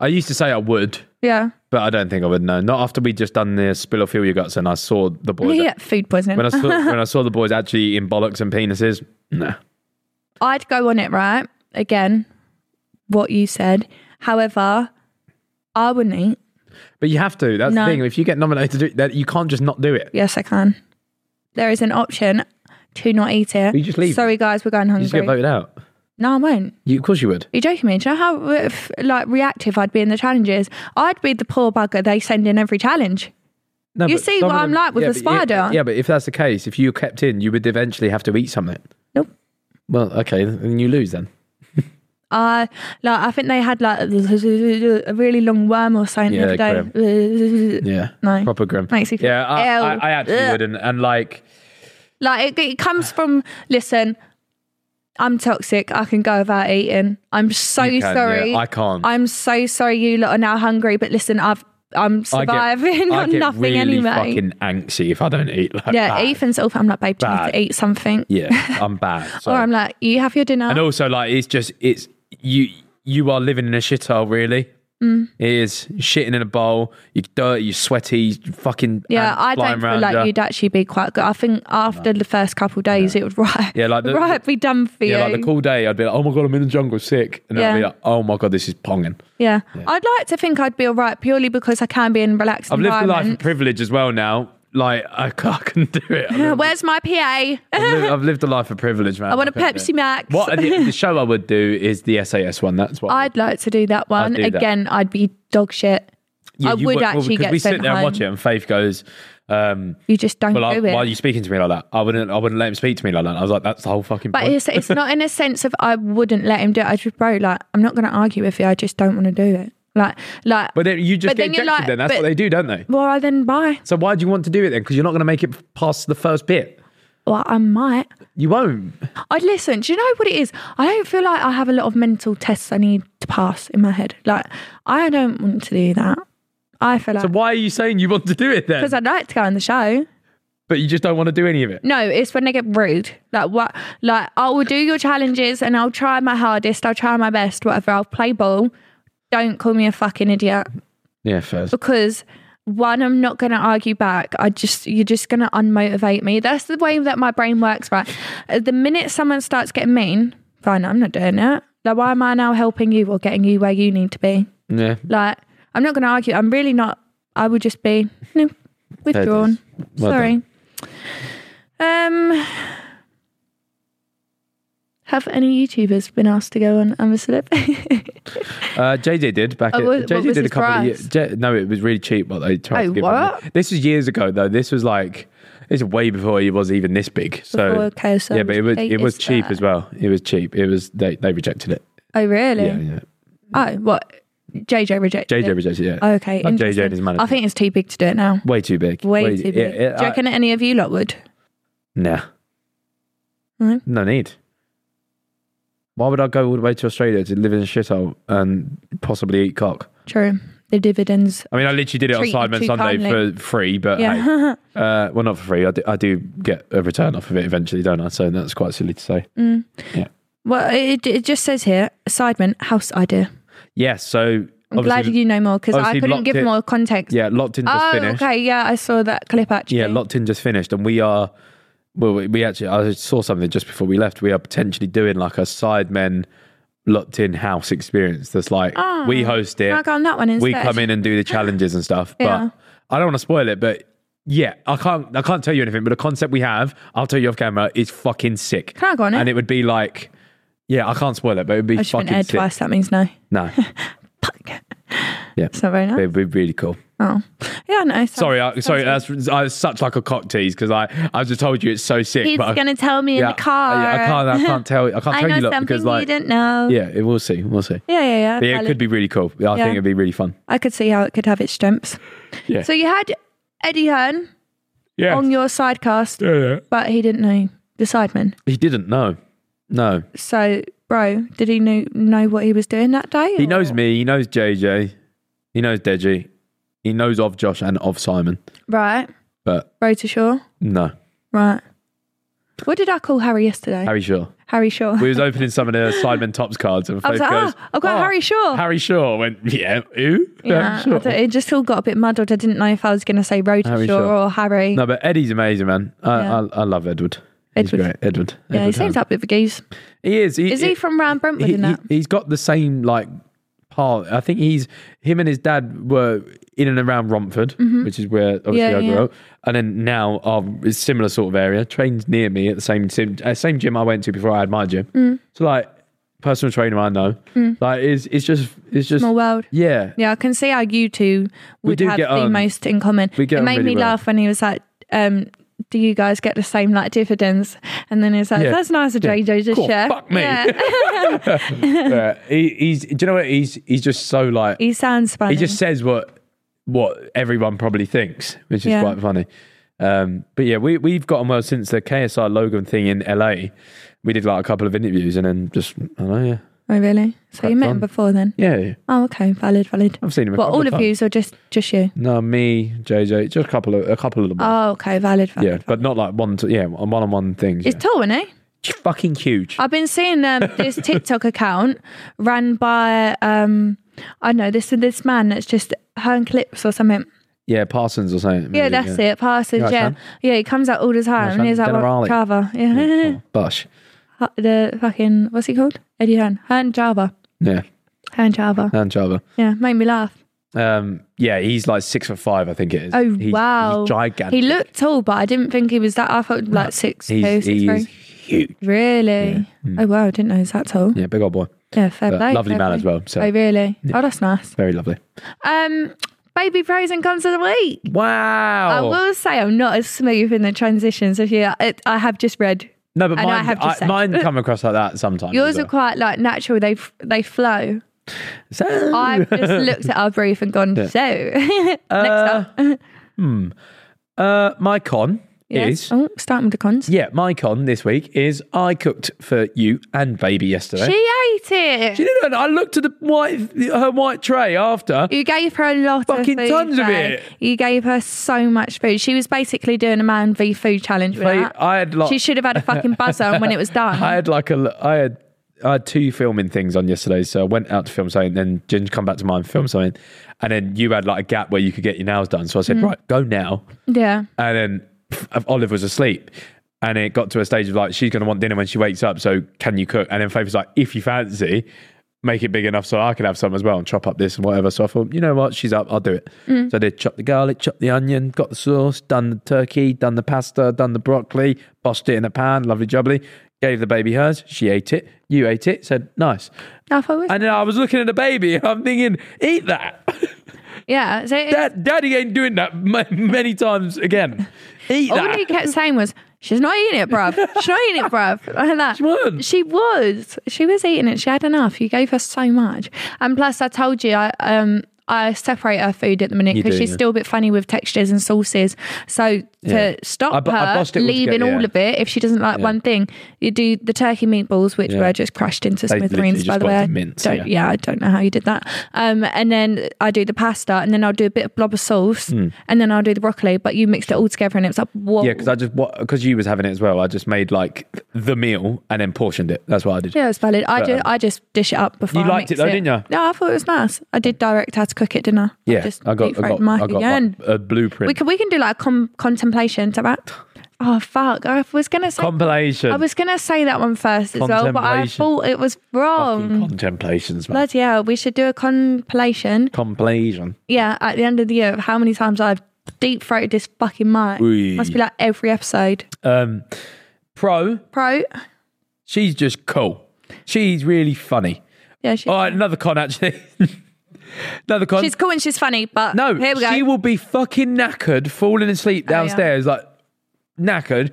I used to say I would,
Yeah.
but I don't think I would. No, not after we just done the spill or feel your guts, and I saw the boys.
Yeah, food poisoning.
When I
<laughs>
saw when I saw the boys actually in bollocks and penises, nah.
I'd go on it, right? Again, what you said. However, I wouldn't eat.
But you have to. That's
No.
the thing. If you get nominated, to do that you can't just not do it.
Yes, I can. There is an option to not eat it.
You just leave.
Sorry, guys, we're going
You
hungry.
just get voted out.
no, I won't.
You, of course you would.
You're joking me. Do you know how uh, f- like reactive I'd be in the challenges? I'd be the poor bugger they send in every challenge.
No,
You
but
see
some
what
of
I'm like with the
but yeah-
spider?
Yeah, but if that's the case, if you were kept in, you would eventually have to eat something.
Nope.
Well, okay, then you lose then.
I like I think they had like a really long worm or something
Yeah,
the other day.
Yeah.
No.
Proper grim.
<laughs> Makes you feel
Yeah, I, I,
ill.
I actually
Ugh.
wouldn't. And like,
Like it, it comes from listen, I'm toxic. I can go without eating. I'm so
you can,
sorry.
yeah, I can't.
I'm so sorry you lot are now hungry, but listen, I've I'm
I get-
surviving <laughs>
I
on
get
nothing
really
anyway.
fucking angsty if I don't eat like
yeah,
that.
Ethan's awful. I'm like, babe, do you need
Bad.
to eat something?
Yeah,
<laughs>
I'm bad. So.
Or I'm like, you have your dinner.
and also, like, it's just, it's, you you are living in a shithole, really.
Mm.
It is shitting in a bowl. You're dirty, you're sweaty, you fucking
yeah,
ants
I
flying
don't feel
around
like
you.
you'd actually be quite good. I think after the first couple of days, it would right, <laughs>
Yeah, like the-
right be done for
Yeah,
you.
like the cool day, I'd be like, oh my God, I'm in the jungle sick. And then I'd be
Yeah.
like, oh my God, this is ponging.
Yeah. I'd like to think I'd be all right purely because I can be in a relaxed
I've lived a life of
environment.
privilege as well now. Like, I, <laughs> c- I can do it.
<laughs>
I've lived,
Where's my PA?
I've lived- I've lived a life of privilege, man.
I want a
can do
Pepsi
it.
Max.
What the, the show I would do is the SAS one. That's
<laughs>
what
I'd like to do that one.
do that.
Again, I'd be dog shit.
Yeah,
I
you
would
well,
actually
because
get
we
sent
sit there and watch
home.
it, and Faith goes, um,
You just don't
"Well, I,
do it.
why are you speaking to me like that? I wouldn't. I wouldn't let him speak to me like that." I was like, "That's the whole fucking
but
point."
it's,
<laughs>
it's not in a sense of I wouldn't let him do it. I just, bro, like, I'm not going to argue with you. I just don't want to do it. Like, like,
But then you just
but
get
then you're
ejected.
like-
then that's
but-
what they do, don't they?
well, I then bye.
So why do you want to do it then? Because you're not going to make it past the first bit.
Well, I might.
You won't.
I'd listen. Do you know what it is? I don't feel like I have a lot of mental tests I need to pass in my head. Like, I don't want to do that. I feel like
So why are you saying you want to do it then?
because I'd like to go on the show.
But you just don't want to do any of it.
No, it's when they get rude. Like what? Like I will do your challenges and I'll try my hardest. I'll try my best. Whatever. I'll play ball. Don't call me a fucking idiot
Yeah, fair.
because one, I'm not going to argue back. I just you're just going to unmotivate me. That's the way that my brain works. Right. Uh, The minute someone starts getting mean, fine, I'm not doing it. Like why am I now helping you or getting you where you need to be?
Yeah.
Like I'm not going to argue. I'm really not. I would just be no withdrawn.
Well
Sorry. Um, have any YouTubers been asked to go on I'm a <laughs> Celeb?
Uh, JJ did back.
Oh,
at,
what- what
JJ
was
did a
his
couple of
price?
years. J, no, it was really cheap. What they tried
Oh,
to give
what?
him. This was years ago though. This was like this is way before he was even this big. So
Before Kelso
yeah, but it was
was
it
big,
was
is
cheap
that-
as well. It was cheap. It was they they rejected it.
oh, really?
Yeah, yeah.
Oh, what? JJ rejected.
JJ rejected it. Yeah.
Oh, okay.
Not JJ and his
interesting.
manager.
I think it's too big to do it now.
way too big.
Way too big.
yeah, yeah,
do you reckon any of you lot would?
I, nah.
No?
No need. Why would I go all the way to Australia to live in a shithole and possibly eat cock?
True. The dividends.
I mean, I literally did it
Treat you
on Sidemen
too
Sunday
kindly.
for free, but
Yeah.
hey,
<laughs>
Uh, well, not for free. I do, I do get a return off of it eventually, don't I? So that's quite silly to say.
Mm. Well, it, it just says here, Sidemen, house idea.
Yes. So
I'm glad
obviously,
you know more because I
obviously
couldn't
locked
give
it-
more context.
yeah, locked in just
Oh,
finished.
okay. Yeah, I saw that clip actually.
Yeah, locked in just finished, and we are. Well, we, we actually I saw something just before we left. We are potentially doing like a Sidemen locked in house experience that's like
Ah,
we host it.
I'll go on that one instead.
we come in and do the challenges and stuff. But
Yeah.
I don't want to spoil it, but yeah, I can't I can't tell you anything, but the concept we have, I'll tell you off camera, is fucking sick.
Can I go on it?
And it would be like yeah, I can't spoil it, but it would be
I just been
fucking
aired
sick.
twice. That means no.
<laughs> No. yeah.
It's not very nice.
It'd be really cool.
Oh, yeah, no. sounds-
Sorry, I,
sounds
sorry,
good.
that's I was such like a cock tease because I I just told you it's so sick.
He's
but I-
gonna tell me
uh, yeah,
in the car.
yeah, I can't I can't tell I can't
I
tell
know
you look
something
because like
you didn't know.
yeah, it, we'll see, we'll see.
yeah, yeah. yeah,
But yeah, it
valid.
could be really cool. I
Yeah.
think it'd be really fun.
I could see how it could have its strengths.
Yeah.
So you had Eddie Hearn
Yeah.
on your sidecast,
yeah, yeah.
but he didn't know the sidemen.
He didn't know. No.
So, bro, did he know know what he was doing that day?
He
or-
knows me. He knows JJ. He knows Deji. He knows of Josh and of Simon.
right?
But
Road to Shore,
no,
right? What did I call Harry yesterday? Harry,
Harry Shaw.
Shaw.
We was opening some of the Simon Tops cards,
<laughs>
and
I was
Faith
like,
goes,
oh, I've got Harry Shaw.
Harry Shaw. I went, yeah, who?
yeah,
Harry Shaw.
I don't- it just all got a bit muddled. I didn't know if I was going to say Road to
Harry
Shore
Shaw.
or Harry.
No, but Eddie's amazing, man. I,
Yeah.
I, I love Edward. He's
Edward.
great. Edward.
yeah, he
Edward
seems
Hearn.
up with the geese.
He is.
Is he from round Brentwood in that?
has got the same like part. I think he's him and his dad were in and around Romford, which is where obviously
Mm-hmm. Yeah,
I grew
yeah.
up, and then now are is similar sort of area. Trains near me at the same sim, uh, same gym I went to before I had my gym.
Mm.
So like personal trainer I know. Like it's it's just it's just
Small world. <laughs>
yeah.
Yeah, I can see how you two would
do
have
get
the
on.
most in common.
We get
it
on
made
really
me
well.
laugh when he was like, um, "Do you guys get the same like dividends?" And then he's like,
Yeah.
"That's nice of JJ to
Cool,
share."
fuck me. <laughs>
Yeah.
Yeah. He, he's do you know what he's he's just so like
he sounds funny.
he just says what what everyone probably thinks, which is
Yeah.
quite funny. Um, but yeah, we we've gotten well since the KSI Logan thing in LA. We did like a couple of interviews and then just I don't know, yeah,
oh, really? So you
Cracked
met
on.
him before then?
yeah. yeah.
Oh, okay, valid, valid.
I've seen him. A
What
couple
all
of,
of
times.
you, or just just you?
No, me, JJ, just a couple of a couple of them.
Oh, okay, valid, valid.
yeah, but not like one. To, yeah, on one on one things.
He's
yeah.
tall, isn't he?
It's fucking huge.
I've been seeing
<laughs>
um, this TikTok account run by um, I know this this man that's just her and clips or something.
yeah, Parsons or something.
Yeah, that's it. Passes.
Nice
yeah,
man.
yeah. He comes out all the time,
Nice
and he's
man.
like,
Generali.
what, Java. Yeah, <laughs>
Oh, Bush.
Hu- the fucking what's he called? Eddie Hearn. Hearn Java.
Yeah,
Hearn Java.
<laughs> and Java.
Yeah, made me laugh.
Um, yeah, he's like six foot five, I think it is.
Oh
He's-
wow,
he's gigantic.
He looked tall, but I didn't think he was that. I thought like six
He's,
two, six
he
three.
is huge.
Really? Oh wow, I didn't know he's that tall. Yeah,
Yeah, big old boy.
fair
But
play.
lovely
fair
man
play.
as well. So
Oh really? Oh, that's nice.
very lovely.
Um, baby pros and cons of the week. I
Wow.
will say I'm not as smooth in the transitions as you. I, I have just read.
no, but
I know I
mine,
have
I
just said.
mine come across like that sometimes.
Yours are
as well.
quite like natural. They f- they flow.
So,
I've just
<laughs>
looked at our brief and gone, so <laughs>
uh, my con
yes.
is
Oh, starting with the cons.
yeah, my con this week is I cooked for you and baby yesterday.
She ate
Do
it.
you know? that? I looked at the white her white tray after.
You gave her a lot
Fucking
of food,
tons of
though.
it.
You gave her so much food. She was basically doing a man v food challenge with
Mate,
that.
I had like
she should have had a fucking buzzer on when
<laughs>
it was done.
uh, I had like a l- I had I had two filming things on yesterday, so I went out to film something, then Ginge come back to mine, film something, and then you had like a gap where you could get your nails done. So I said,
Mm.
right, go now.
yeah.
and then pff, Olive was asleep. And it got to a stage of like, she's going to want dinner when she wakes up. So can you cook? And then Faith was like, if you fancy, make it big enough so I can have some as well and chop up this and whatever. So I thought, you know what? She's up. I'll do it. So I did chop the garlic, chop the onion, got the sauce, done the turkey, done the pasta, done the broccoli, bossed it in a pan. Lovely jubbly. Gave the baby hers. She ate it. You ate it. Said, nice.
I thought it was,
And then I was looking at the baby. <laughs> I'm thinking, eat that. <laughs>
yeah. So it,
Dad, Daddy ain't doing that ma- many times again. Eat
all
that.
he kept saying was, She's not eating it, bruv. She's not eating it, bruv. <laughs> Like that. She
wasn't.
She was. She was eating it. She had enough. You gave her so much. And plus, I told you, I um, I separate her food at the minute
You
because
do,
she's
yeah.
still a bit funny with textures and sauces. So to
Yeah.
stop
I bu- I
her
bust it all
leaving
together,
all
yeah.
of it, if she doesn't like one thing, you do the turkey meatballs, which
Yeah.
were just crushed into
They literally
smithereens. By
just
the
went
way,
to
I
mince,
don't-
yeah.
yeah, I don't know how you did that. Um, and then I do the pasta, and then I'll do a bit of blob of sauce, and then I'll do the broccoli. But you mixed it all together, and it was like, whoa.
Hmm. Yeah, because I just because you was having it as well. I just made like the meal and then portioned it. That's what I did.
Yeah, it's valid. I
But, um,
just, I just dish it up before.
You
I
liked
mix
it though, didn't you?
No, I thought it was nice. I did direct how to cook it, didn't I?
Yeah,
I, just
I got
deep
I
fried
got,
Mike
I got
again.
like, a blueprint.
we can we can do like a com- contemplation to that. Oh fuck! I was gonna say
Compilation.
I was gonna say that one first as well, but I
Contemplation.
thought it was
Fucking
wrong.
contemplations, man.
Bloody hell! We should do a compilation.
Compilation.
Yeah, at the end of the year, of how many times I've deep throated this fucking mic.
Wee.
Must be like every episode.
Um, pro.
Pro.
She's just cool. She's really funny.
Yeah, she,
All right, another con actually. <laughs> another con.
she's cool and she's funny, but
no,
here we go.
she will be fucking knackered, falling asleep
yeah.
downstairs, like knackered.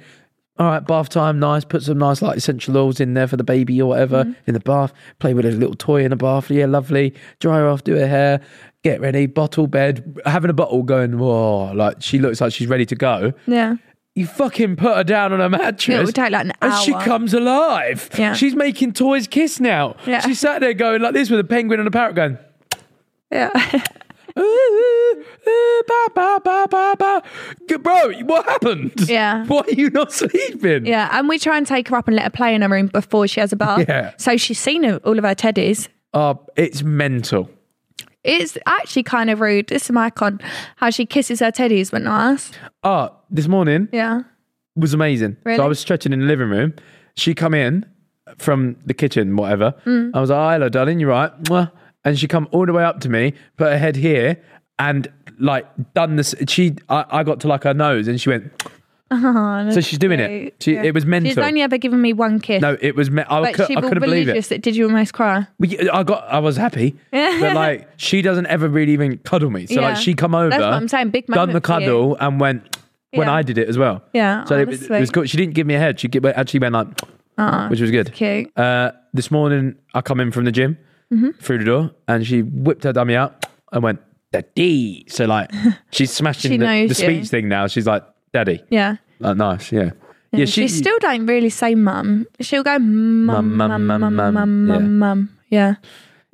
All right, bath time, nice. Put some nice like essential oils in there for the baby or whatever
Mm-hmm.
in the bath. Play with a little toy in the bath. Yeah, lovely. Dry her off, do her hair, get ready. Bottle bed, having a bottle going. Whoa, like she looks like she's ready to go.
yeah.
You fucking put her down on a mattress.
It would take like an
And she
hour.
comes alive.
Yeah.
She's making toys kiss now.
Yeah.
She sat there going like this with a penguin and a parrot going,
Yeah. <laughs>
ooh, ooh, ba, ba, ba, ba, ba. G- Bro, what happened?
Yeah.
<laughs> Why are you not sleeping?
yeah. And we try and take her up and let her play in her room before she has a bath.
<laughs> Yeah.
So she's seen all of her teddies.
Uh, it's mental.
It's actually kind of rude. This is my con. How she kisses her teddies, but not us.
Uh, this morning
Yeah. <laughs>
was amazing.
Really?
So I was stretching in the living room. She come in from the kitchen, whatever.
Mm.
I was like, "Oh, hello, darling, you right? Mwah. And she come all the way up to me, put her head here, and like done this. She, I, I got to like her nose, and she went. so she's doing
Oh, cute.
it. She,
Yeah.
it was
She's
mental.
only ever given me one kiss.
no, it was. Me- I,
But
cou-
she
I
will
couldn't believe it.
religious that did you almost cry?
We, I got. I
<laughs>
was happy, but like she doesn't ever really even cuddle me. So
Yeah.
like she come over.
That's what I'm saying, big
done the
moment for you.
cuddle and went when
Yeah.
I did it as well.
Yeah,
So
oh,
it,
that's
it was
sweet.
good. She didn't give me a head. She gi- actually went like, which was good.
Ah, Cute.
Uh, this morning, I come in from the gym
Mm-hmm.
through the door, and she whipped her dummy out and went daddy.
<laughs>
So like, she's smashing
She
the,
knows
the
you.
speech thing now. She's like daddy.
Yeah.
Like, nice, yeah, yeah.
She, still don't really say mum. She'll go mum,
Mum,
mum,
mum,
mum,
mum,
mum,
mum, yeah.
mum, mum. Yeah.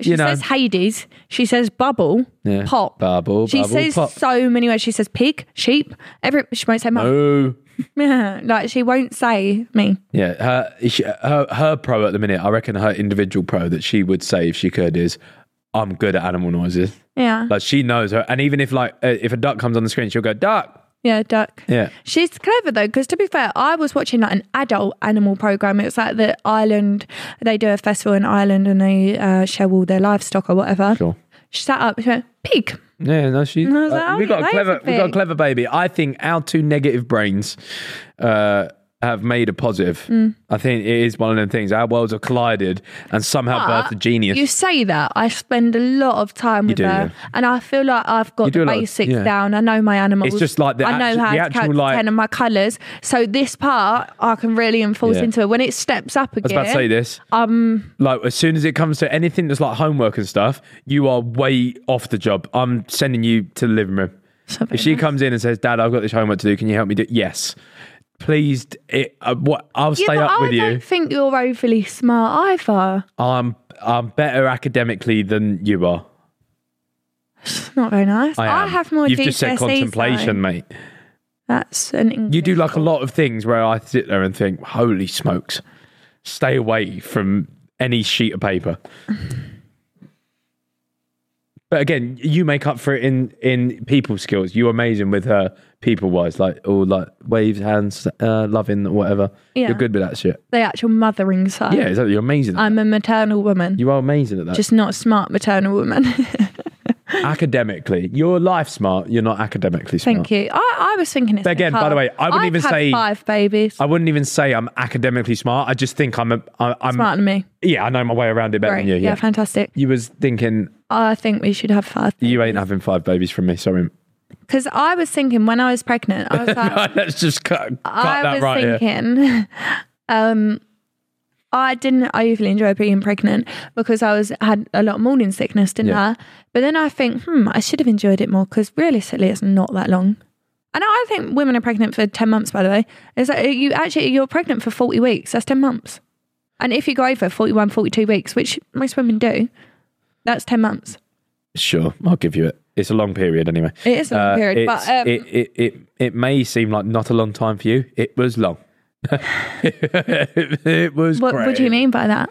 She
You know-
says Hades. She says bubble,
Yeah.
pop.
Bubble,
she
bubble,
says
pop.
so many words. She says pig, sheep. Every she won't say mum.
Oh.
Yeah, <laughs> like she won't say me.
Yeah, her, she, her her pro at the minute, I reckon her individual pro that she would say if she could is, I'm good at animal noises.
Yeah,
Like she knows her, and even if like uh, if a duck comes on the screen, she'll go duck.
yeah, duck.
Yeah,
She's clever though, because to be fair, I was watching like an adult animal program. It was like the island. They do a festival in Ireland and they uh, show all their livestock or whatever.
Sure.
She sat up. She went pig.
yeah. No, she. uh,
was like, oh,
we got
that
a
is
clever,
a
we got a
big-
clever baby. I think our two negative brains uh, have made a positive.
Mm.
I think it is one of them things. Our worlds have collided and somehow birthed a
But
genius.
You say that. I spend a lot of time with
do,
her, and I feel like I've got
do
the
a lot of-
basics
yeah.
down. I know my animals.
It's just like the
I know
actu-
how
the
to
actual,
count to
like-
ten and my colours. So this part I can really enforce
Yeah.
into it. When it steps up
I was
again,
about to say this. Um, like as soon as it comes to anything that's like homework and stuff, you are way off the job. I'm sending you to the living room.
Something
If she
else.
comes in and says, "Dad, I've got this homework to do. Can you help me do?" it?" Yes, please. d- It, uh, what I'll
yeah,
stay
but
up
I
with
don't
you.
think you're overly smart either.
I'm I'm better academically than you are.
It's not very nice.
I, am.
have more.
You've just said
GCSEs, though.
contemplation, mate.
E That's an English.
You do like a lot of things where I sit there and think, "Holy smokes, stay away from any sheet of paper." But again, you make up for it in in people skills. You're amazing with her people wise, like all like waves, hands, uh, loving, whatever.
Yeah.
You're good with that shit.
the actual mothering side.
Yeah, exactly. You're amazing.
I'm a maternal woman,
you are amazing at that.
just not a smart maternal woman. <laughs>
academically, you're life smart. You're not academically smart.
Thank you. I, I was thinking it's
But again,
like
by the way, I wouldn't
I've
even
had
say-
five babies.
I wouldn't even say I'm academically smart. I just think I'm a, I, I'm
Smart than me.
yeah. I know my way around it better
Great.
than you.
Yeah,
Mm. Yeah.
fantastic.
You was thinking
I think we should have five
you ain't having five babies from me. Sorry. <laughs>
because I was thinking when I was pregnant, I was like,
Let's just cut, cut
I
that
was
right here.
thinking, <laughs> um, I didn't overly enjoy being pregnant because I was had a lot of morning sickness, didn't
Yeah.
I? But then I think, hmm, I should have enjoyed it more because realistically, it's not that long. And I think women are pregnant for ten months. By the way, is that you actually you're pregnant for forty weeks? That's ten months. And if you go over 41, 42 weeks, which most women do, that's ten months.
Sure, I'll give you it. It's a long period anyway. Uh,
It is a long period,
it's-
but, um,
it, it it it may seem like not a long time for you. It was long. <laughs> it was.
What, what do you
great.
mean by that?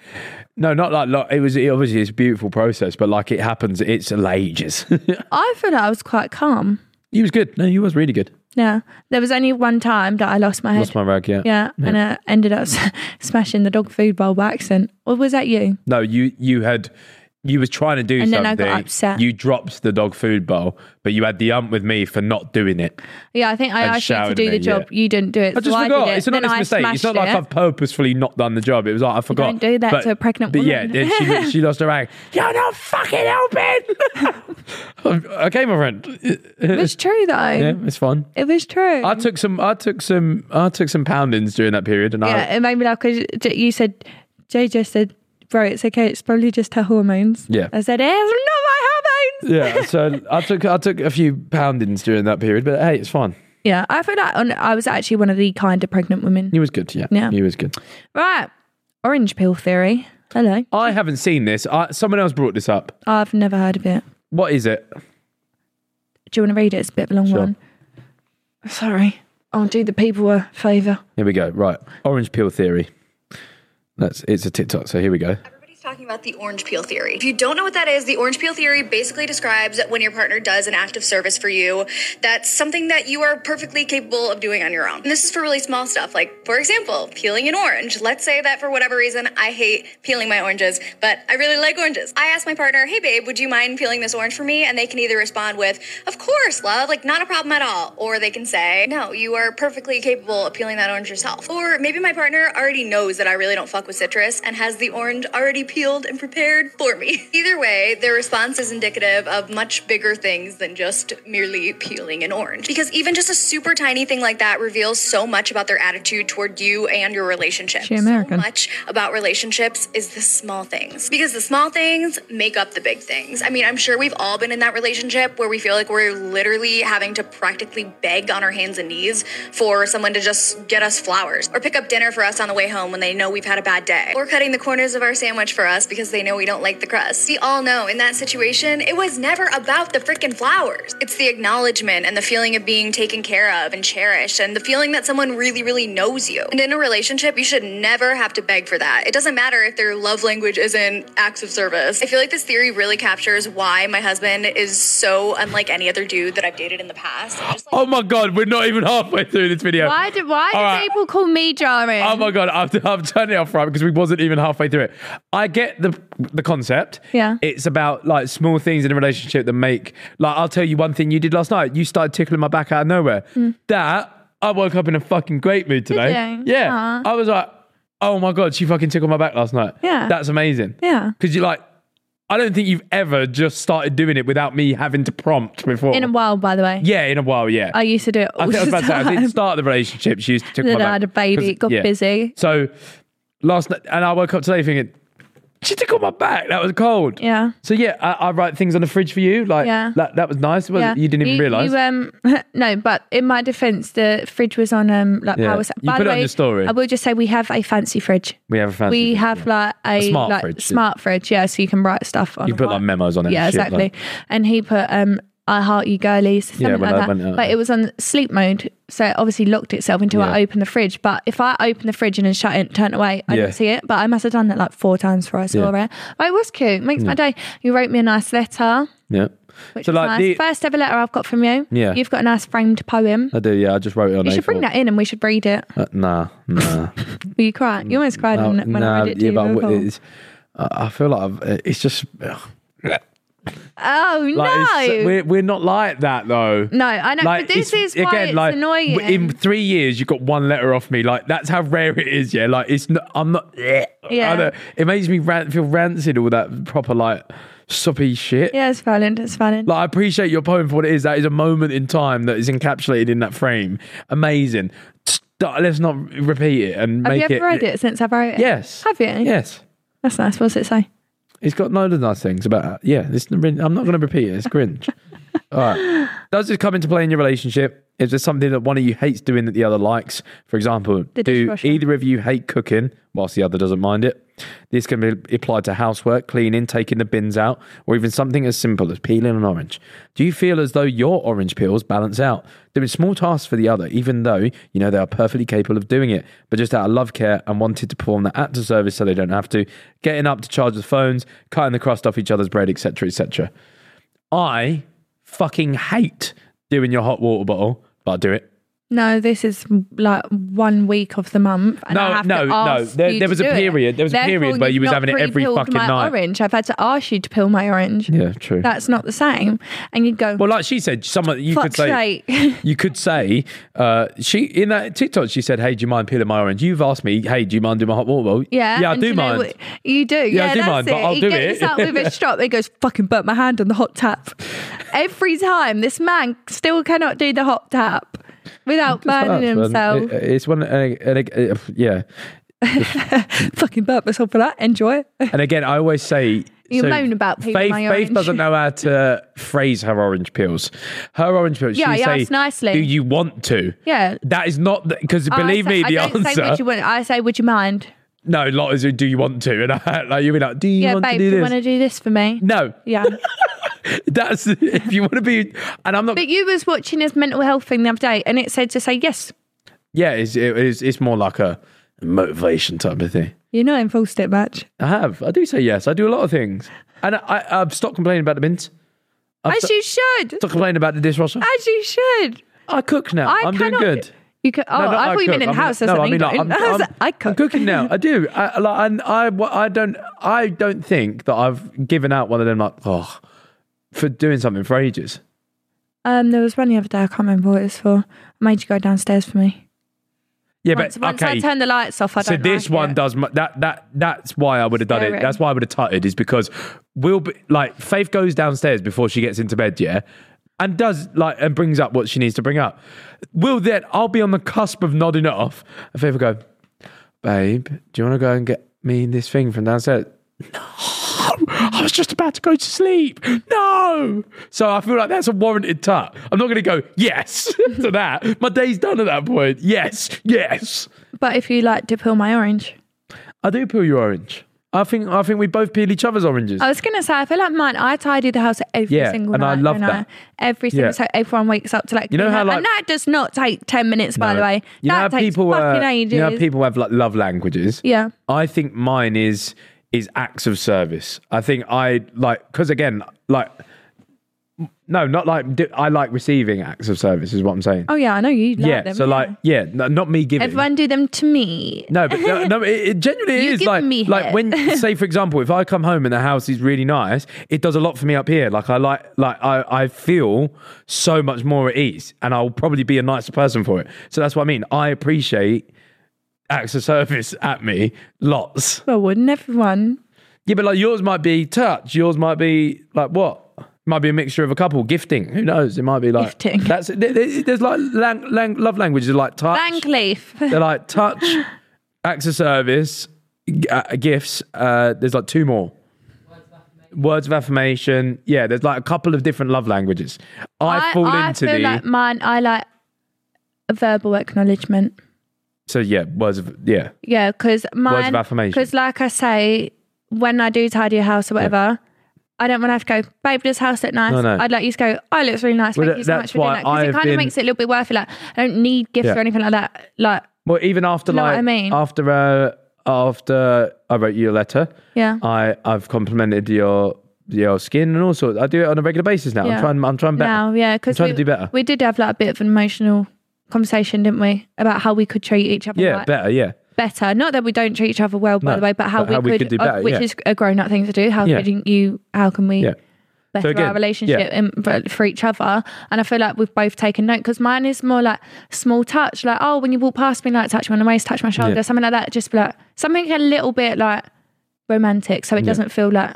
No, not like, like it was. It, obviously, it's a beautiful process, but like it happens, it's ages. <laughs>
I feel like I was quite calm.
you was good. No, you was really good.
Yeah. There was only one time that I lost my head.
Lost my rag, yeah.
yeah, and I ended up <laughs> s- smashing the dog food bowl by accident. Or was that you?
No, you you had you was trying to do
And then I
something.
got upset.
You dropped the dog food bowl, but you had the ump with me for not doing it.
Yeah, I think I
And
asked you to
shouted
do
at
the
me,
job. You didn't do it.
I just
so
forgot.
I did it.
It's an
then
honest
I
mistake. It's not
smashed
like
it.
I've purposefully not done the job. It was like I forgot.
don't do that to a pregnant
but Yeah,
woman.
then she
<laughs>
li- she lost her rag. You're not fucking helping. <laughs> okay,
<laughs>
my friend.
It was true though.
Yeah, it's fun.
It was true.
I took some. I took some. I took some poundings during that period, and I.
yeah, it made me laugh because you said, JJ said, bro, it's okay. It's probably just her hormones.
Yeah.
I said, it's not my hormones.
Yeah, so I took I took a few poundings during that period, but hey, it's fine.
Yeah, I feel like on, I was actually one of the kinder pregnant women.
You was good, yeah.
Yeah.
You was good.
Right. Orange pill theory. Hello.
I haven't seen this. I, someone else brought this up.
I've never heard of it.
What is it?
Do you want to read it? It's a bit of a long
Sure.
one. Sorry. I'll do the people a favour.
Here we go. Right, orange peel theory. That's it's a TikTok. So here we go.
Everybody's talking about the orange peel theory. If you don't know what that is, the orange peel theory basically describes when your partner does an act of service for you that's something that you are perfectly capable of doing on your own. And this is for really small stuff, like, for example, peeling an orange. Let's say that for whatever reason, I hate peeling my oranges, but I really like oranges. I ask my partner, hey babe, would you mind peeling this orange for me? And they can either respond with, of course, love, like, not a problem at all. Or they can say, no, you are perfectly capable of peeling that orange yourself. Or maybe my partner already knows that I really don't fuck with citrus and has the orange already peeled and prepared for me. <laughs> Either way, their response is indicative of much bigger things than just merely peeling an orange. Because even just a super tiny thing like that reveals so much about their attitude toward you and your relationship.
She American.
So much about relationships is the small things. Because the small things make up the big things. I mean, I'm sure we've all been in that relationship where we feel like we're literally having to practically beg on our hands and knees for someone to just get us flowers or pick up dinner for us on the way home when they know we've had a bad day or cutting the corners of our sandwich for us because they know we don't like the crust. We all know in that situation, it was never about the freaking flowers. It's the acknowledgement and the feeling of being taken care of and cherished and the feeling that someone really, really knows you. And in a relationship, you should never have to beg for that. It doesn't matter if their love language isn't acts of service. I feel like this theory really captures why my husband is so unlike any other dude that I've dated in the past. I'm just like-
Oh my god, we're not even halfway through this video.
Why do, why do
All right.
people call me jarring?
Oh my god, I've, I've turned it off right because we wasn't even halfway through it. I get the the concept.
Yeah.
it's about like small things in a relationship that make like I'll tell you one thing you did last night. You started tickling my back out of nowhere. That I woke up in a fucking great mood today.
Mm. you?
Yeah,
Aw.
I was like, oh my god, she fucking tickled my back last night.
Yeah.
that's amazing.
Yeah.
because you like. I don't think you've ever just started doing it without me having to prompt before.
In a while, by the way.
yeah, in a while, yeah.
I used to do it all
I think I was
the
about to say, I
time.
think at the start of the relationship, she used to tickle
Then
my back.
I had a baby,
'Cause-
it got busy.
So last night, and I woke up today thinking, she tickled my back. That was cold.
Yeah.
So yeah, I, I write things on the fridge for you. Like
Yeah.
that, that was nice. Was
Yeah.
You didn't even realize.
you, um, <laughs> no, but in my defence, the fridge was on um, like
Yeah.
power. sa-
You
By
put
the
it on
way,
your story.
I will just say we have a fancy fridge.
we have a fancy.
we
fridge,
have
yeah.
like a,
smart
like,
fridge, yeah.
smart fridge, yeah, so you can write stuff on.
You
a
put like
white-
memos on it.
Yeah,
and shit,
exactly.
like-
And he put um, "I heart you, girlies," something
Yeah, when I
like
went out.
that. But it was on sleep mode, so it obviously locked itself until I
Yeah.
opened the fridge. But if I opened the fridge and then shut it, turned away, I
Yeah.
didn't see it. But I must have done it like four times before I saw
Yeah.
it. But it was cute. Makes my day. You wrote me a nice letter.
yeah.
Which
so
is
like
nice.
the,
first ever letter I've got from you.
Yeah.
You've got a nice framed poem.
I do. Yeah, I just wrote it on.
You should bring
A4.
that in and we should read it.
Uh, nah, nah.
Were you crying? You almost cried <laughs>
Oh,
when, when I
nah,
read it to
yeah,
you.
but I'm-
before.
it's, I I feel like I've, it's just ugh,
oh
like it's-
no.
we're we're not like that though.
No, I know but this
it's-
is why it's annoying.
w- In three years, you got one letter off me. Like that's how rare it is. Yeah, like it's. Not, I'm not. Yeah,
Yeah.
it makes me ran- feel rancid. All that proper like soppy shit.
yeah, it's valid. It's valid.
Like I appreciate your poem for what it is. That is a moment in time that is encapsulated in that frame. Amazing. St- let's not repeat it and
Have
make
you ever
it.
read it since I wrote it?
Yes.
Have you?
Yes.
That's nice. What's it say?
It's got loads of nice things about that. Yeah, it's, I'm not going to repeat it. It's cringe. All right. Does this come into play in your relationship? If there's something that one of you hates doing that the other likes, for example,
The
do
dishwasher.
either of you hate cooking whilst the other doesn't mind it? This can be applied to housework, cleaning, taking the bins out, or even something as simple as peeling an orange. Do you feel as though your orange peels balance out, doing small tasks for the other, even though you know they are perfectly capable of doing it, but just out of love, care, and wanted to perform that act of service so they don't have to, getting up to charge the phones, cutting the crust off each other's bread, etc., etc. I fucking hate doing your hot water bottle but I do it.
No, this is like one week of the month. And
No,
I have
no,
to
no.
ask
There-
you
there
to
was a
do it.
period- there was a
Therefore,
period where you
you've
was
not
having it every
pre-peeled
fucking
my
night.
Orange. I've had to ask you to peel my orange.
Yeah, true.
That's not the same. And you'd go,
Well, like she said, someone you could
fuck's
say
sake. <laughs>
you could say uh, she in that TikTok she said, "Hey, do you mind peeling my orange?" You've asked me, "Hey, do you mind doing my hot water bottle?"
Yeah,
yeah, I
and
do
you know
mind.
what- You do, yeah,
I do
that's
mind,
it.
but I'll
he
do
gets
it.
up with
<laughs>
a strop. He goes, "Fucking burnt my hand on the hot tap." Every time, this man still cannot do the hot tap without burning
That's fun.
himself.
It- it's one, and, and, and,
<laughs>
yeah.
Fucking burnt myself for that. Enjoy it.
And again, I always say
You moan about peeling
Faith,
my
Faith
orange.
doesn't know how to phrase her orange peels. Her orange peels.
Yeah,
she
I
say,
asked nicely.
Do you want to?
Yeah.
That is not because
I
believe
say-
me, the
I don't Say,
answer.
would you want, I say, "Would you mind?"
no, a lot is do you want to? And I, <laughs> like you'll be like, do you
Yeah,
want
babe,
to do
you
this?
want to do this for me?
no, <laughs>
Yeah.
that's <laughs> if you want to be. And I'm not.
but you was watching his mental health thing the other day, and it said to say yes.
yeah, it's, it, it's it's more like a motivation type of thing.
You're not in full step match.
I have. I do say yes. I do a lot of things, and I, I, I've stopped complaining about the bins. I've
As
stopped
you should.
complaining about the dishwasher.
As you should.
I cook now.
I
I am doing
cannot-
good.
You could, oh,
No, no,
I thought you
cook.
meant in
I'm-
house.
No,
I
I mean, like,
i
I'm, I'm,
I
I'm
cook.
cooking now. I do. I, like, and I, what I don't, I don't think that I've given out one of them like, oh, for doing something for ages.
Um, there was one the other day. I can't remember what it was for. I made you go downstairs for me.
Yeah,
Once,
but
once
okay.
I turn the lights off, I
so
don't.
this
like
one
it.
does mu- that. That that's why I would have done it.
Staring.
That's why I would have tutted is because we'll be like Faith goes downstairs before she gets into bed, yeah, and does like and brings up what she needs to bring up. Will then I'll be on the cusp of nodding it off, and Faith will go, babe, do you want to go and get me this thing from downstairs? I was just about to go to sleep. No. So I feel like that's a warranted tut. I'm not going to go yes <laughs> to that. My day's done at that point. Yes, yes.
But if you like to peel my orange,
I do peel your orange. I think I think we both peel each other's oranges.
I was gonna say I feel like mine. I tidy the house every
Yeah,
single
and
night.
I love
don't
that.
Every single
Yeah.
so everyone wakes up to like.
know
clean
how,
up.
like-
and that does not take ten minutes. By the way,
you know
that
how
takes
people uh,
fucking ages.
you know how people have like love languages.
Yeah.
I think mine is is acts of service. I think I like because again like no, not like do- I like receiving acts of service is what I'm saying.
oh yeah, I know you. Like
yeah,
them.
so like yeah, no, not me giving.
everyone do them to me.
No, but no, no it, it genuinely
You
is
give
like
me
like
head.
when say for example, if I come home and the house is really nice, it does a lot for me up here. Like I like like I, I feel so much more at ease, and I'll probably be a nicer person for it. So that's what I mean. I appreciate acts of service <laughs> at me lots.
Well, wouldn't everyone?
Yeah, but like yours might be touch. Yours might be like what? Might be a mixture of a couple gifting. Who knows? It might be like
Gifting.
That's there- there- there's like lang, lang, love languages like touch.
Langleaf.
They're like touch, acts of service, g- uh, gifts. Uh, there's like two more. Words of affirmation. Yeah, there's like a couple of different love languages. <laughs> I, fall into
feel
the
like mine. I like a verbal acknowledgement.
so yeah words of yeah
Yeah, because mine.
affirmation.
Because like I say, when I do tidy a house or whatever. I don't want to have to go, babe, does house look nice?
No, no.
I'd like you to go, oh, it looks really nice.
Well,
Thank you so
that-
much
that's
for doing
why
that. Because
I
it
have
kind of
been-
makes it a little bit worth it. Like, I don't need gifts
Yeah.
or anything like that. Like,
Well, even after
know what
like
I mean?
after uh, after I wrote you a letter,
Yeah.
I I've complimented your your skin and all sorts. I do it on a regular basis now.
Yeah.
I'm trying I'm trying better.
now, yeah.
I'm
Because
trying
we,
to do better.
we did have like a bit of an emotional conversation, didn't we? About how we could treat each other
yeah,
like,
better. Yeah,
better. Not that we don't treat each other well, by
No,
the way, but how,
but
we,
how we
could,
could do
uh,
better,
which
yeah.
is a grown up thing to do. How
Yeah.
could you, how can we
yeah.
better
again,
our relationship in, for, for each other? And I feel like we've both taken note because mine is more like small touch, like, oh, when you walk past me, like touch my waist, touch my shoulder,
Yeah.
something like that. Just be like something a little bit like romantic so it doesn't feel like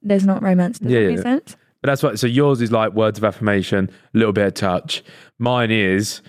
there's not romance. Does
Yeah,
that
yeah,
make
yeah.
sense?
But that's what. So yours is like words of affirmation, a little bit of touch. Mine is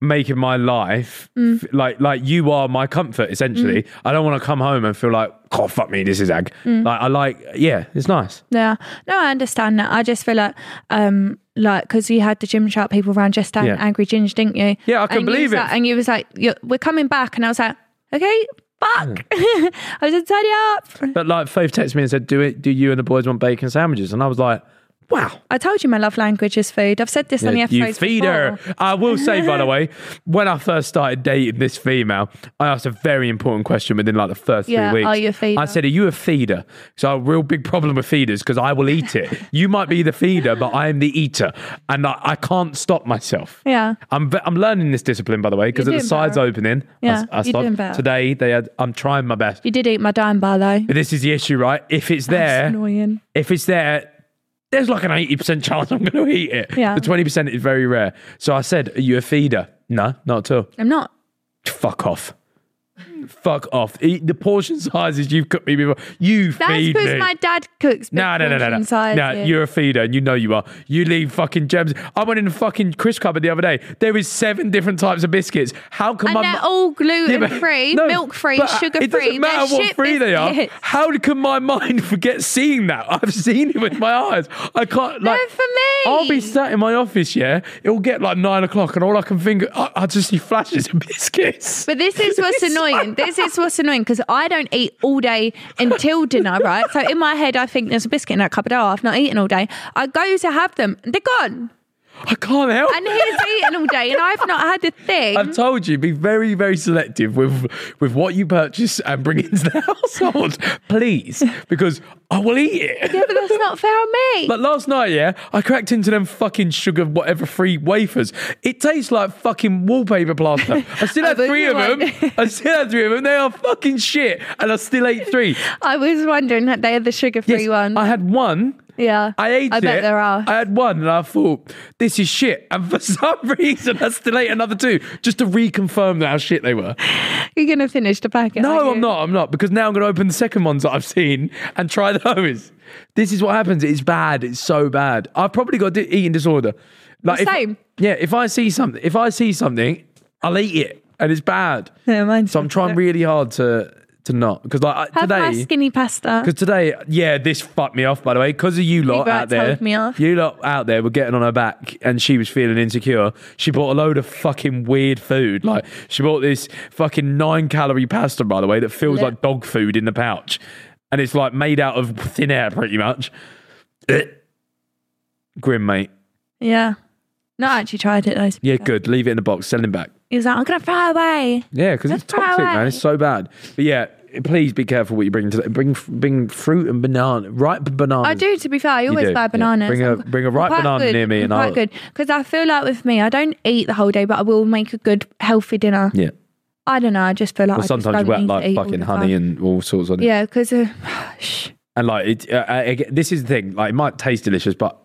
making my life f- like like you are my comfort. Essentially, I don't want to come home and feel like, oh fuck me, this is ag. Like I like, yeah, it's nice.
Yeah, no, I understand that. I just feel like, um, like because you had the gym shark people around just down
Yeah.
angry ginger, didn't you?
Yeah, I can
and you
believe
was
it.
Like, and you was like, "You're- "We're coming back," and I was like, "Okay, fuck,"
Hmm.
<laughs> I was like, "Tidy up." Mm.
But like Faith texted me and said, do it. Do you and the boys want bacon sandwiches? And I was like, Wow.
I told you my love language is food. I've said this on the
You
episodes
feed her.
before.
I will
<laughs>
say, by the way, when I first started dating this female, I asked a very important question within like the first
Yeah,
three weeks.
are you a feeder?
I said, Are you a feeder? So I have a real big problem with feeders because I will eat
<laughs>
it. you might be the feeder, but I am the eater. And I, I can't stop myself.
Yeah.
I'm, ve- I'm learning this discipline, by the way, because at
You're
the
doing
side's
better.
opening, I
Yeah,
s- I,
you're
stopped.
doing better.
Today, they had, I'm trying my best.
You did eat my dime bar though.
But this is the issue, right? If it's there,
annoying.
if it's there, there's like an 80% chance I'm going to eat it.
Yeah.
The 20% is very rare. So I said, Are you a feeder? No, not at all.
I'm not.
Fuck off. Fuck off. Eat the portion sizes you've cooked me before. You
That's
feed
because
me.
my dad cooks. big
no, no, no, no,
portion
no.
sizes.
No, you're a feeder and you know you are. You leave fucking gems. I went in the fucking Chris cupboard the other day. There is seven different types of biscuits. How come
and
my
they're
mu-
all gluten
yeah, but-
free,
no,
milk free,
but uh,
sugar free.
It doesn't matter what free they are. How can my mind <laughs> forget seeing that? I've seen it with my eyes. I can't. Like,
for me.
I'll be sat in my office. Yeah, it'll get like nine o'clock, and all I can think, I, I just see flashes of <laughs> biscuits.
But this
<laughs>
is what's
It's so-
annoying. This is what's annoying because I don't eat all day until dinner, right? So in my head, I think there's a biscuit in that cupboard. Oh, I've not eaten all day. I go to have them, they're gone,
I can't help.
and
<laughs>
he's eaten all day, and I've not had a thing.
I've told you, be very, very selective with with what you purchase and bring into the <laughs> household, please, because I will eat it.
yeah, but that's not fair on me.
Like last night, yeah, I cracked into them fucking sugar whatever free wafers. It tastes like fucking
<laughs>
wallpaper plaster. I still had
I
three of
thought you
them. I still had three of them. They are fucking shit, and I still ate
<laughs>
three.
I was wondering that they are the sugar free
Yes,
ones.
I had one.
yeah,
I ate
I bet
it.
there are.
I had one, and I thought this is shit. And for <laughs> some reason, I still ate another two just to reconfirm that how shit they were.
You're gonna finish the packet.
No,
aren't
I'm
you?
not. I'm not because now I'm going to open the second ones that I've seen and try <laughs> those. This is what happens. It's bad. It's so bad. I've probably got di- eating disorder. Like if-
Same.
yeah. If I see something, if I see something, I'll eat it, and it's bad.
<laughs> Yeah, mine's
So I'm trying really hard to to not because like I-
Have my
today.
skinny pasta.
Because today, yeah, this fucked me off, by the way, because of you lot
right,
out there.
told me off.
You lot out there were getting on her back and she was feeling insecure. She bought a load of fucking weird food. Like, she bought this fucking nine calorie pasta, by the way, that feels
Lit.
like dog food in the pouch. And it's like made out of thin air, pretty much. <clears throat> Eh. Grim, mate.
Yeah. No, I actually tried it though.
Yeah, good. Leave it in the box. Send him back.
He was like, I'm gonna throw away.
Yeah, because it's
That's
toxic,
right.
man. It's so bad. But yeah, please be careful what you bring to that. Bring, bring fruit and banana, ripe bananas.
I do, to be fair. I always
do, yeah.
buy bananas.
Bring a-
I'm-
bring a
I'm
ripe
quite
banana
good.
near me
I'm
and
quite
I'll-
good because I feel like with me, I don't eat the whole day, but I will make a good healthy dinner.
Yeah.
I don't know. I just feel like
Well,
I
sometimes
just
you
don't
wet
need to eat
like
all
fucking
the
honey
time.
and all sorts on it.
yeah, because uh, <sighs>
And like, it, uh, I, I get- this is the thing. Like, it might taste delicious, but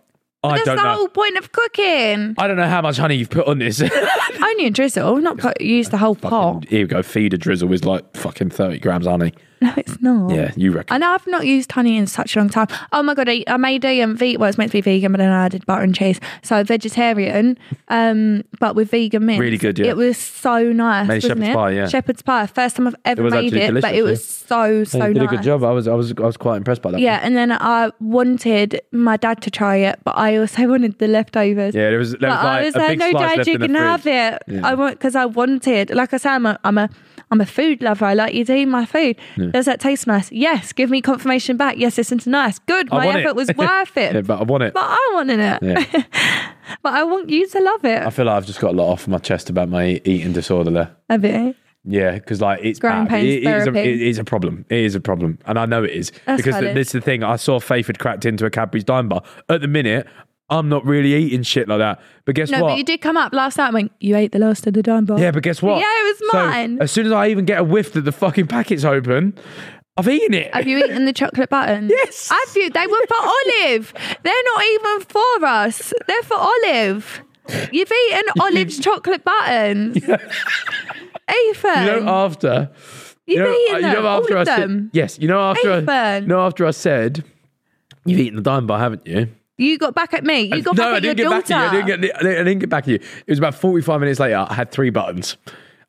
I
that's the
don't know.
whole point of cooking.
I don't know how much honey you've put on <laughs> this.
Only a drizzle, not put, use the whole pot. <laughs>
Here we go. Feeder drizzle is like fucking thirty grams of honey.
No, it's not.
Yeah, you reckon?
And I've not used honey in such a long time. Oh my god, I, I made a um, ve- well, it's meant to be vegan, but then I added butter and cheese. So vegetarian, um, but with vegan mince.
Really good, yeah.
It was so nice.
Made
wasn't
shepherd's
it?
pie, yeah.
Shepherd's pie. First time I've ever
was
made
actually
it, but
delicious,
it was so so
you did
nice.
a good job. I was, I was, I was quite impressed by that.
Yeah, and then I wanted my dad to try it, but I also <laughs> wanted the leftovers.
yeah. There was,
But
there was like
I was
a
like,
big
no,
slice
Dad,
left
you
in the
can have
fridge.
it. I want because I wanted. Like I say, I'm a, I'm a, I'm a food lover. I like you to eat my food. Does that taste nice? Yes. Give me confirmation back. Yes, this is nice. Good.
I
My
want
effort
it.
was worth it.
<laughs> Yeah,
but,
but I want it.
I wanted it.
Yeah.
<laughs> But I want you to love
I
it.
feel like I've just got a lot off my chest about my eating disorder. There.
A bit.
Yeah, because like it's
Growing
bad.
pains
It, it, is a,
therapy.
it is a problem. It is a problem, and I know it is
That's
because
how
th-
it
this is the thing. I saw Faith had cracked into a Cadbury's dime bar. At the minute, I'm not really eating shit like that. But guess
No,
what?
but you did come up last night and went, you ate the last of the dime bar.
Yeah, but guess what?
Yeah, it was
So,
mine.
as soon as I even get a whiff that the fucking packet's open, I've eaten it. <laughs>
Have you eaten the chocolate buttons?
Yes.
Have you? They were for Olive. They're not even for us. They're for Olive. You've
<laughs>
eaten Olive's chocolate buttons. Ethan.
You know, uh, after
You've eaten
uh,
them, all
I
of
said
them.
yes, you know after I,
Nathan.
you know after I said you've eaten the dime bar, haven't you?
You got back at me. You got
no,
back
I
at your
didn't
daughter.
get back to you. I didn't, get, I didn't- I didn't get back to you. It was about 45 minutes later. I had three buttons.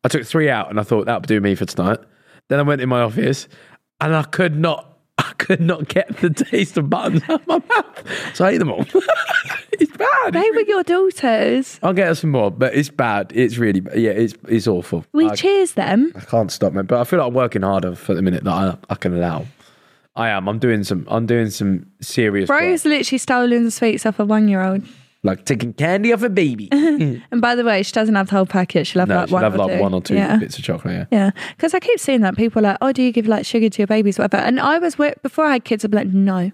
I took three out and I thought that'll do me for tonight. Then I went in my office and I could not. <laughs> I could not get the taste of buttons out of my mouth. So I ate them all. <laughs> it's bad.
they were your daughters.
I'll get us some more, but it's bad. It's really bad. Yeah, it's it's awful.
We
I,
cheers them.
I can't stop, man. But I feel like I'm working harder for the minute that I, I can allow. I am. I'm doing some. I'm doing some serious. work.
Bro's literally stolen the sweets off a one year old.
like taking candy off
<laughs>
a baby.
And by the way, she doesn't have the whole packet. She'll have
no,
like
she'll
one
have
or
like
two.
one or two
Yeah.
bits of chocolate. Yeah.
Yeah, because I keep seeing that people are like, oh, do you give like sugar to your babies, whatever? And I was wi- before I had kids, I'd be like, no,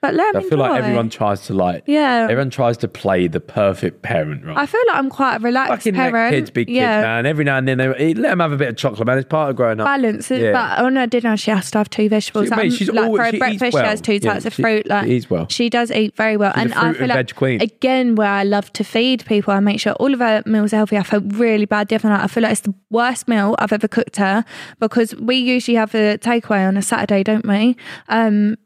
but let them
I feel like
enjoy.
everyone tries to like.
Yeah.
Everyone tries to play the perfect parent role.
I feel like I'm quite a relaxed
Fucking let
parent.
kids be kids,
yeah,
man. Every now and then, they, eh, let them have a bit of chocolate, man. It's part of growing up.
balance. it-
Yeah.
But oh, on her dinner, she has to have two vegetables.
She- mate,
I'm-
she's
like
always-
for
she
her
eats
breakfast,
well.
she has two
Yeah,
types of
she-
fruit. Like
she eats well.
She does eat very well,
She's a
and I
fruit
feel
and
like
veg queen.
again where I love to feed people, I make sure all of her meals are healthy. I felt really bad the other night. I feel like it's the worst meal I've ever cooked her because we usually have a takeaway on a Saturday, don't we? Um,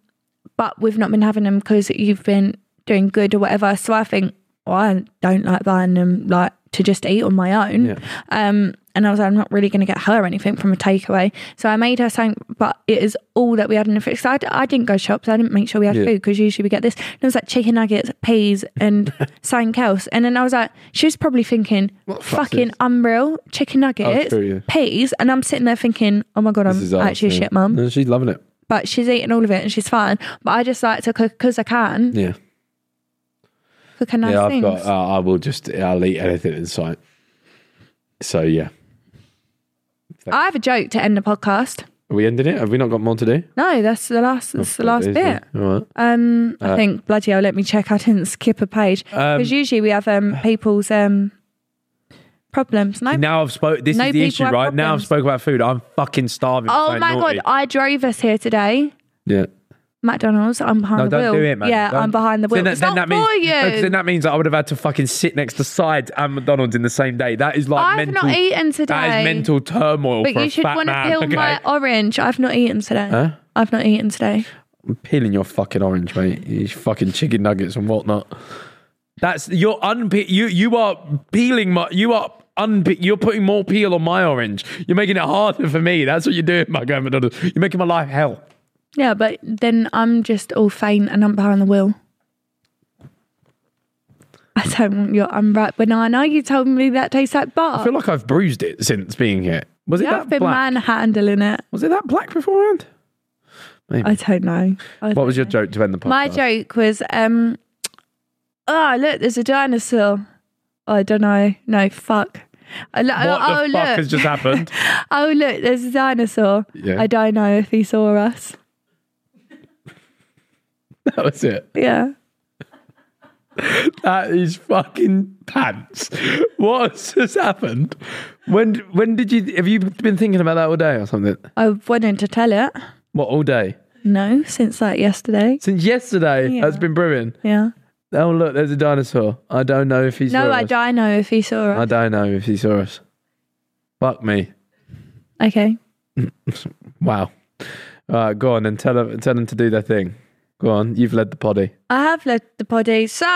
but we've not been having them because you've been doing good or whatever. So I think well, I don't like buying them like to just eat on my own. Um, and I was like, I'm not really going to get her anything from a takeaway. So I made her something, but it is all that we had in the fridge. So I, d- I didn't go shops. I didn't make sure we had
Yeah.
food because usually we get this. And it was like chicken nuggets, peas,
<laughs>
and something else. And then I was like, she was probably thinking,
fuck's
fucking
this? Oh,
unreal, chicken nuggets,
true, yeah.
peas. And I'm sitting there thinking, oh my God,
This is
I'm
ours,
actually a
yeah.
shit mum.
No, she's loving it.
But she's eating all of it and she's fine. But I just like to cook because I can,
Yeah.
cook her nice
yeah, I've
things.
got. Uh, I will just. I'll eat anything in sight. So yeah,
I have a joke to end the podcast.
are we ending it? Have we not got more to do?
No, that's the last. That's the last
Is
bit.
there? All right.
Um,
Uh,
I think bloody hell. Let me check. I didn't skip a page because usually we have um people's um problems. No.
Now I've spoke. This
No
is the
people
issue,
have
right? Now I've
problems.
spoke about food. I'm fucking starving. for
Oh
something
my
naughty.
god! I drove us here today.
Yeah.
McDonald's. I'm behind
No,
the
don't
wheel.
do it, man.
Yeah,
Don't-
I'm behind the wheel.
that-
it's not
means,
for
no, 'cause
you.
then that means that I would have had to fucking sit next to sides and McDonald's in the same day. That is like
I've
mental.
not eaten today.
That is mental turmoil.
But
for
you
a
should
fat
want to
man,
peel
okay?
my orange. I've not eaten today. I've not eaten today.
I'm peeling your fucking orange, mate. You fucking chicken nuggets and whatnot. That's you're unpe- you you are peeling my you are unpe- you're putting more peel on my orange. You're making it harder for me. That's what you're doing, my grandma. You're making my life hell.
Yeah, but then I'm just all faint and I'm behind the wheel. I don't want your unwrapped banana. You told me that tastes like
I
butter.
feel like I've bruised it since being here. Was it
Yeah, I've
that
been
black?
manhandling it.
Was it that black beforehand?
I don't know. I
What was your joke to end the podcast?
My joke was, um, oh look, there's a dinosaur. Oh, I don't know. No, fuck. I lo-
What
oh,
the fuck
look.
has
<laughs>
just happened?
oh look, there's a dinosaur.
Yeah.
I don't know if he saw us.
that was it.
Yeah.
That is fucking pants. What <laughs> has just happened? When when did you have you been thinking about that all day or something?
I wanted to tell it.
What all day?
No, since like yesterday.
Since yesterday,
Yeah.
that's been brewing.
Yeah.
Oh look, there's a dinosaur. I don't know if he saw
No, I
us.
don't know if he saw
I
us.
don't know if he saw us. Fuck me.
Okay.
Wow. All right, go on and tell him tell them to do their thing. Go on, you've led the potty.
I have led the body. So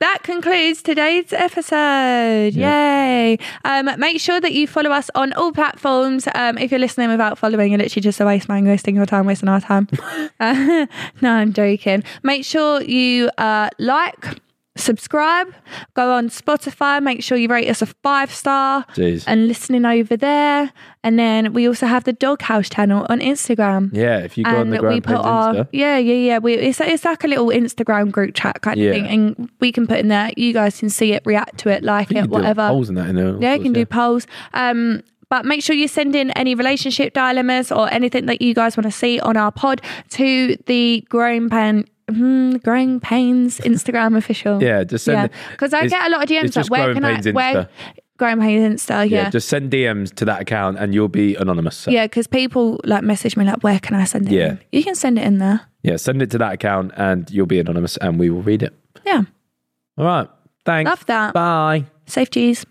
that concludes today's episode. Yay. Um, make sure that you follow us on all platforms. Um, if you're listening without following, you're literally just a waste man, wasting your time, wasting our time. <laughs> Uh, no, I'm joking. Make sure you uh, like, subscribe, go on Spotify, make sure you rate us a five star
Jeez.
and listening over there. And then we also have the Doghouse channel on Instagram
Yeah, if you go on the ground page Insta.
yeah yeah yeah we it's, it's like a little instagram group chat kind
Yeah.
of thing and we can put in there you guys can see it react to it like
You
it
can do
whatever
Holes in that in there. all
yeah you
sorts,
can do polls um but make sure you send in any relationship dilemmas or anything that you guys want to see on our pod to the growing pain mm, growing pains instagram official
Yeah, just send
yeah because i
it's-
get a lot of dms
it's
like
just
where
Growing
can i
Pains Insta.
where growing pains insta
Yeah,
yeah
just send DMs to that account and you'll be anonymous. So, yeah.
yeah, because people like message me like, "Where can I send it?"
Yeah.
in? you can send it in there.
send it to that account and you'll be anonymous and we will read it.
Yeah,
All right. Thanks.
Love that.
Bye.
safe cheese.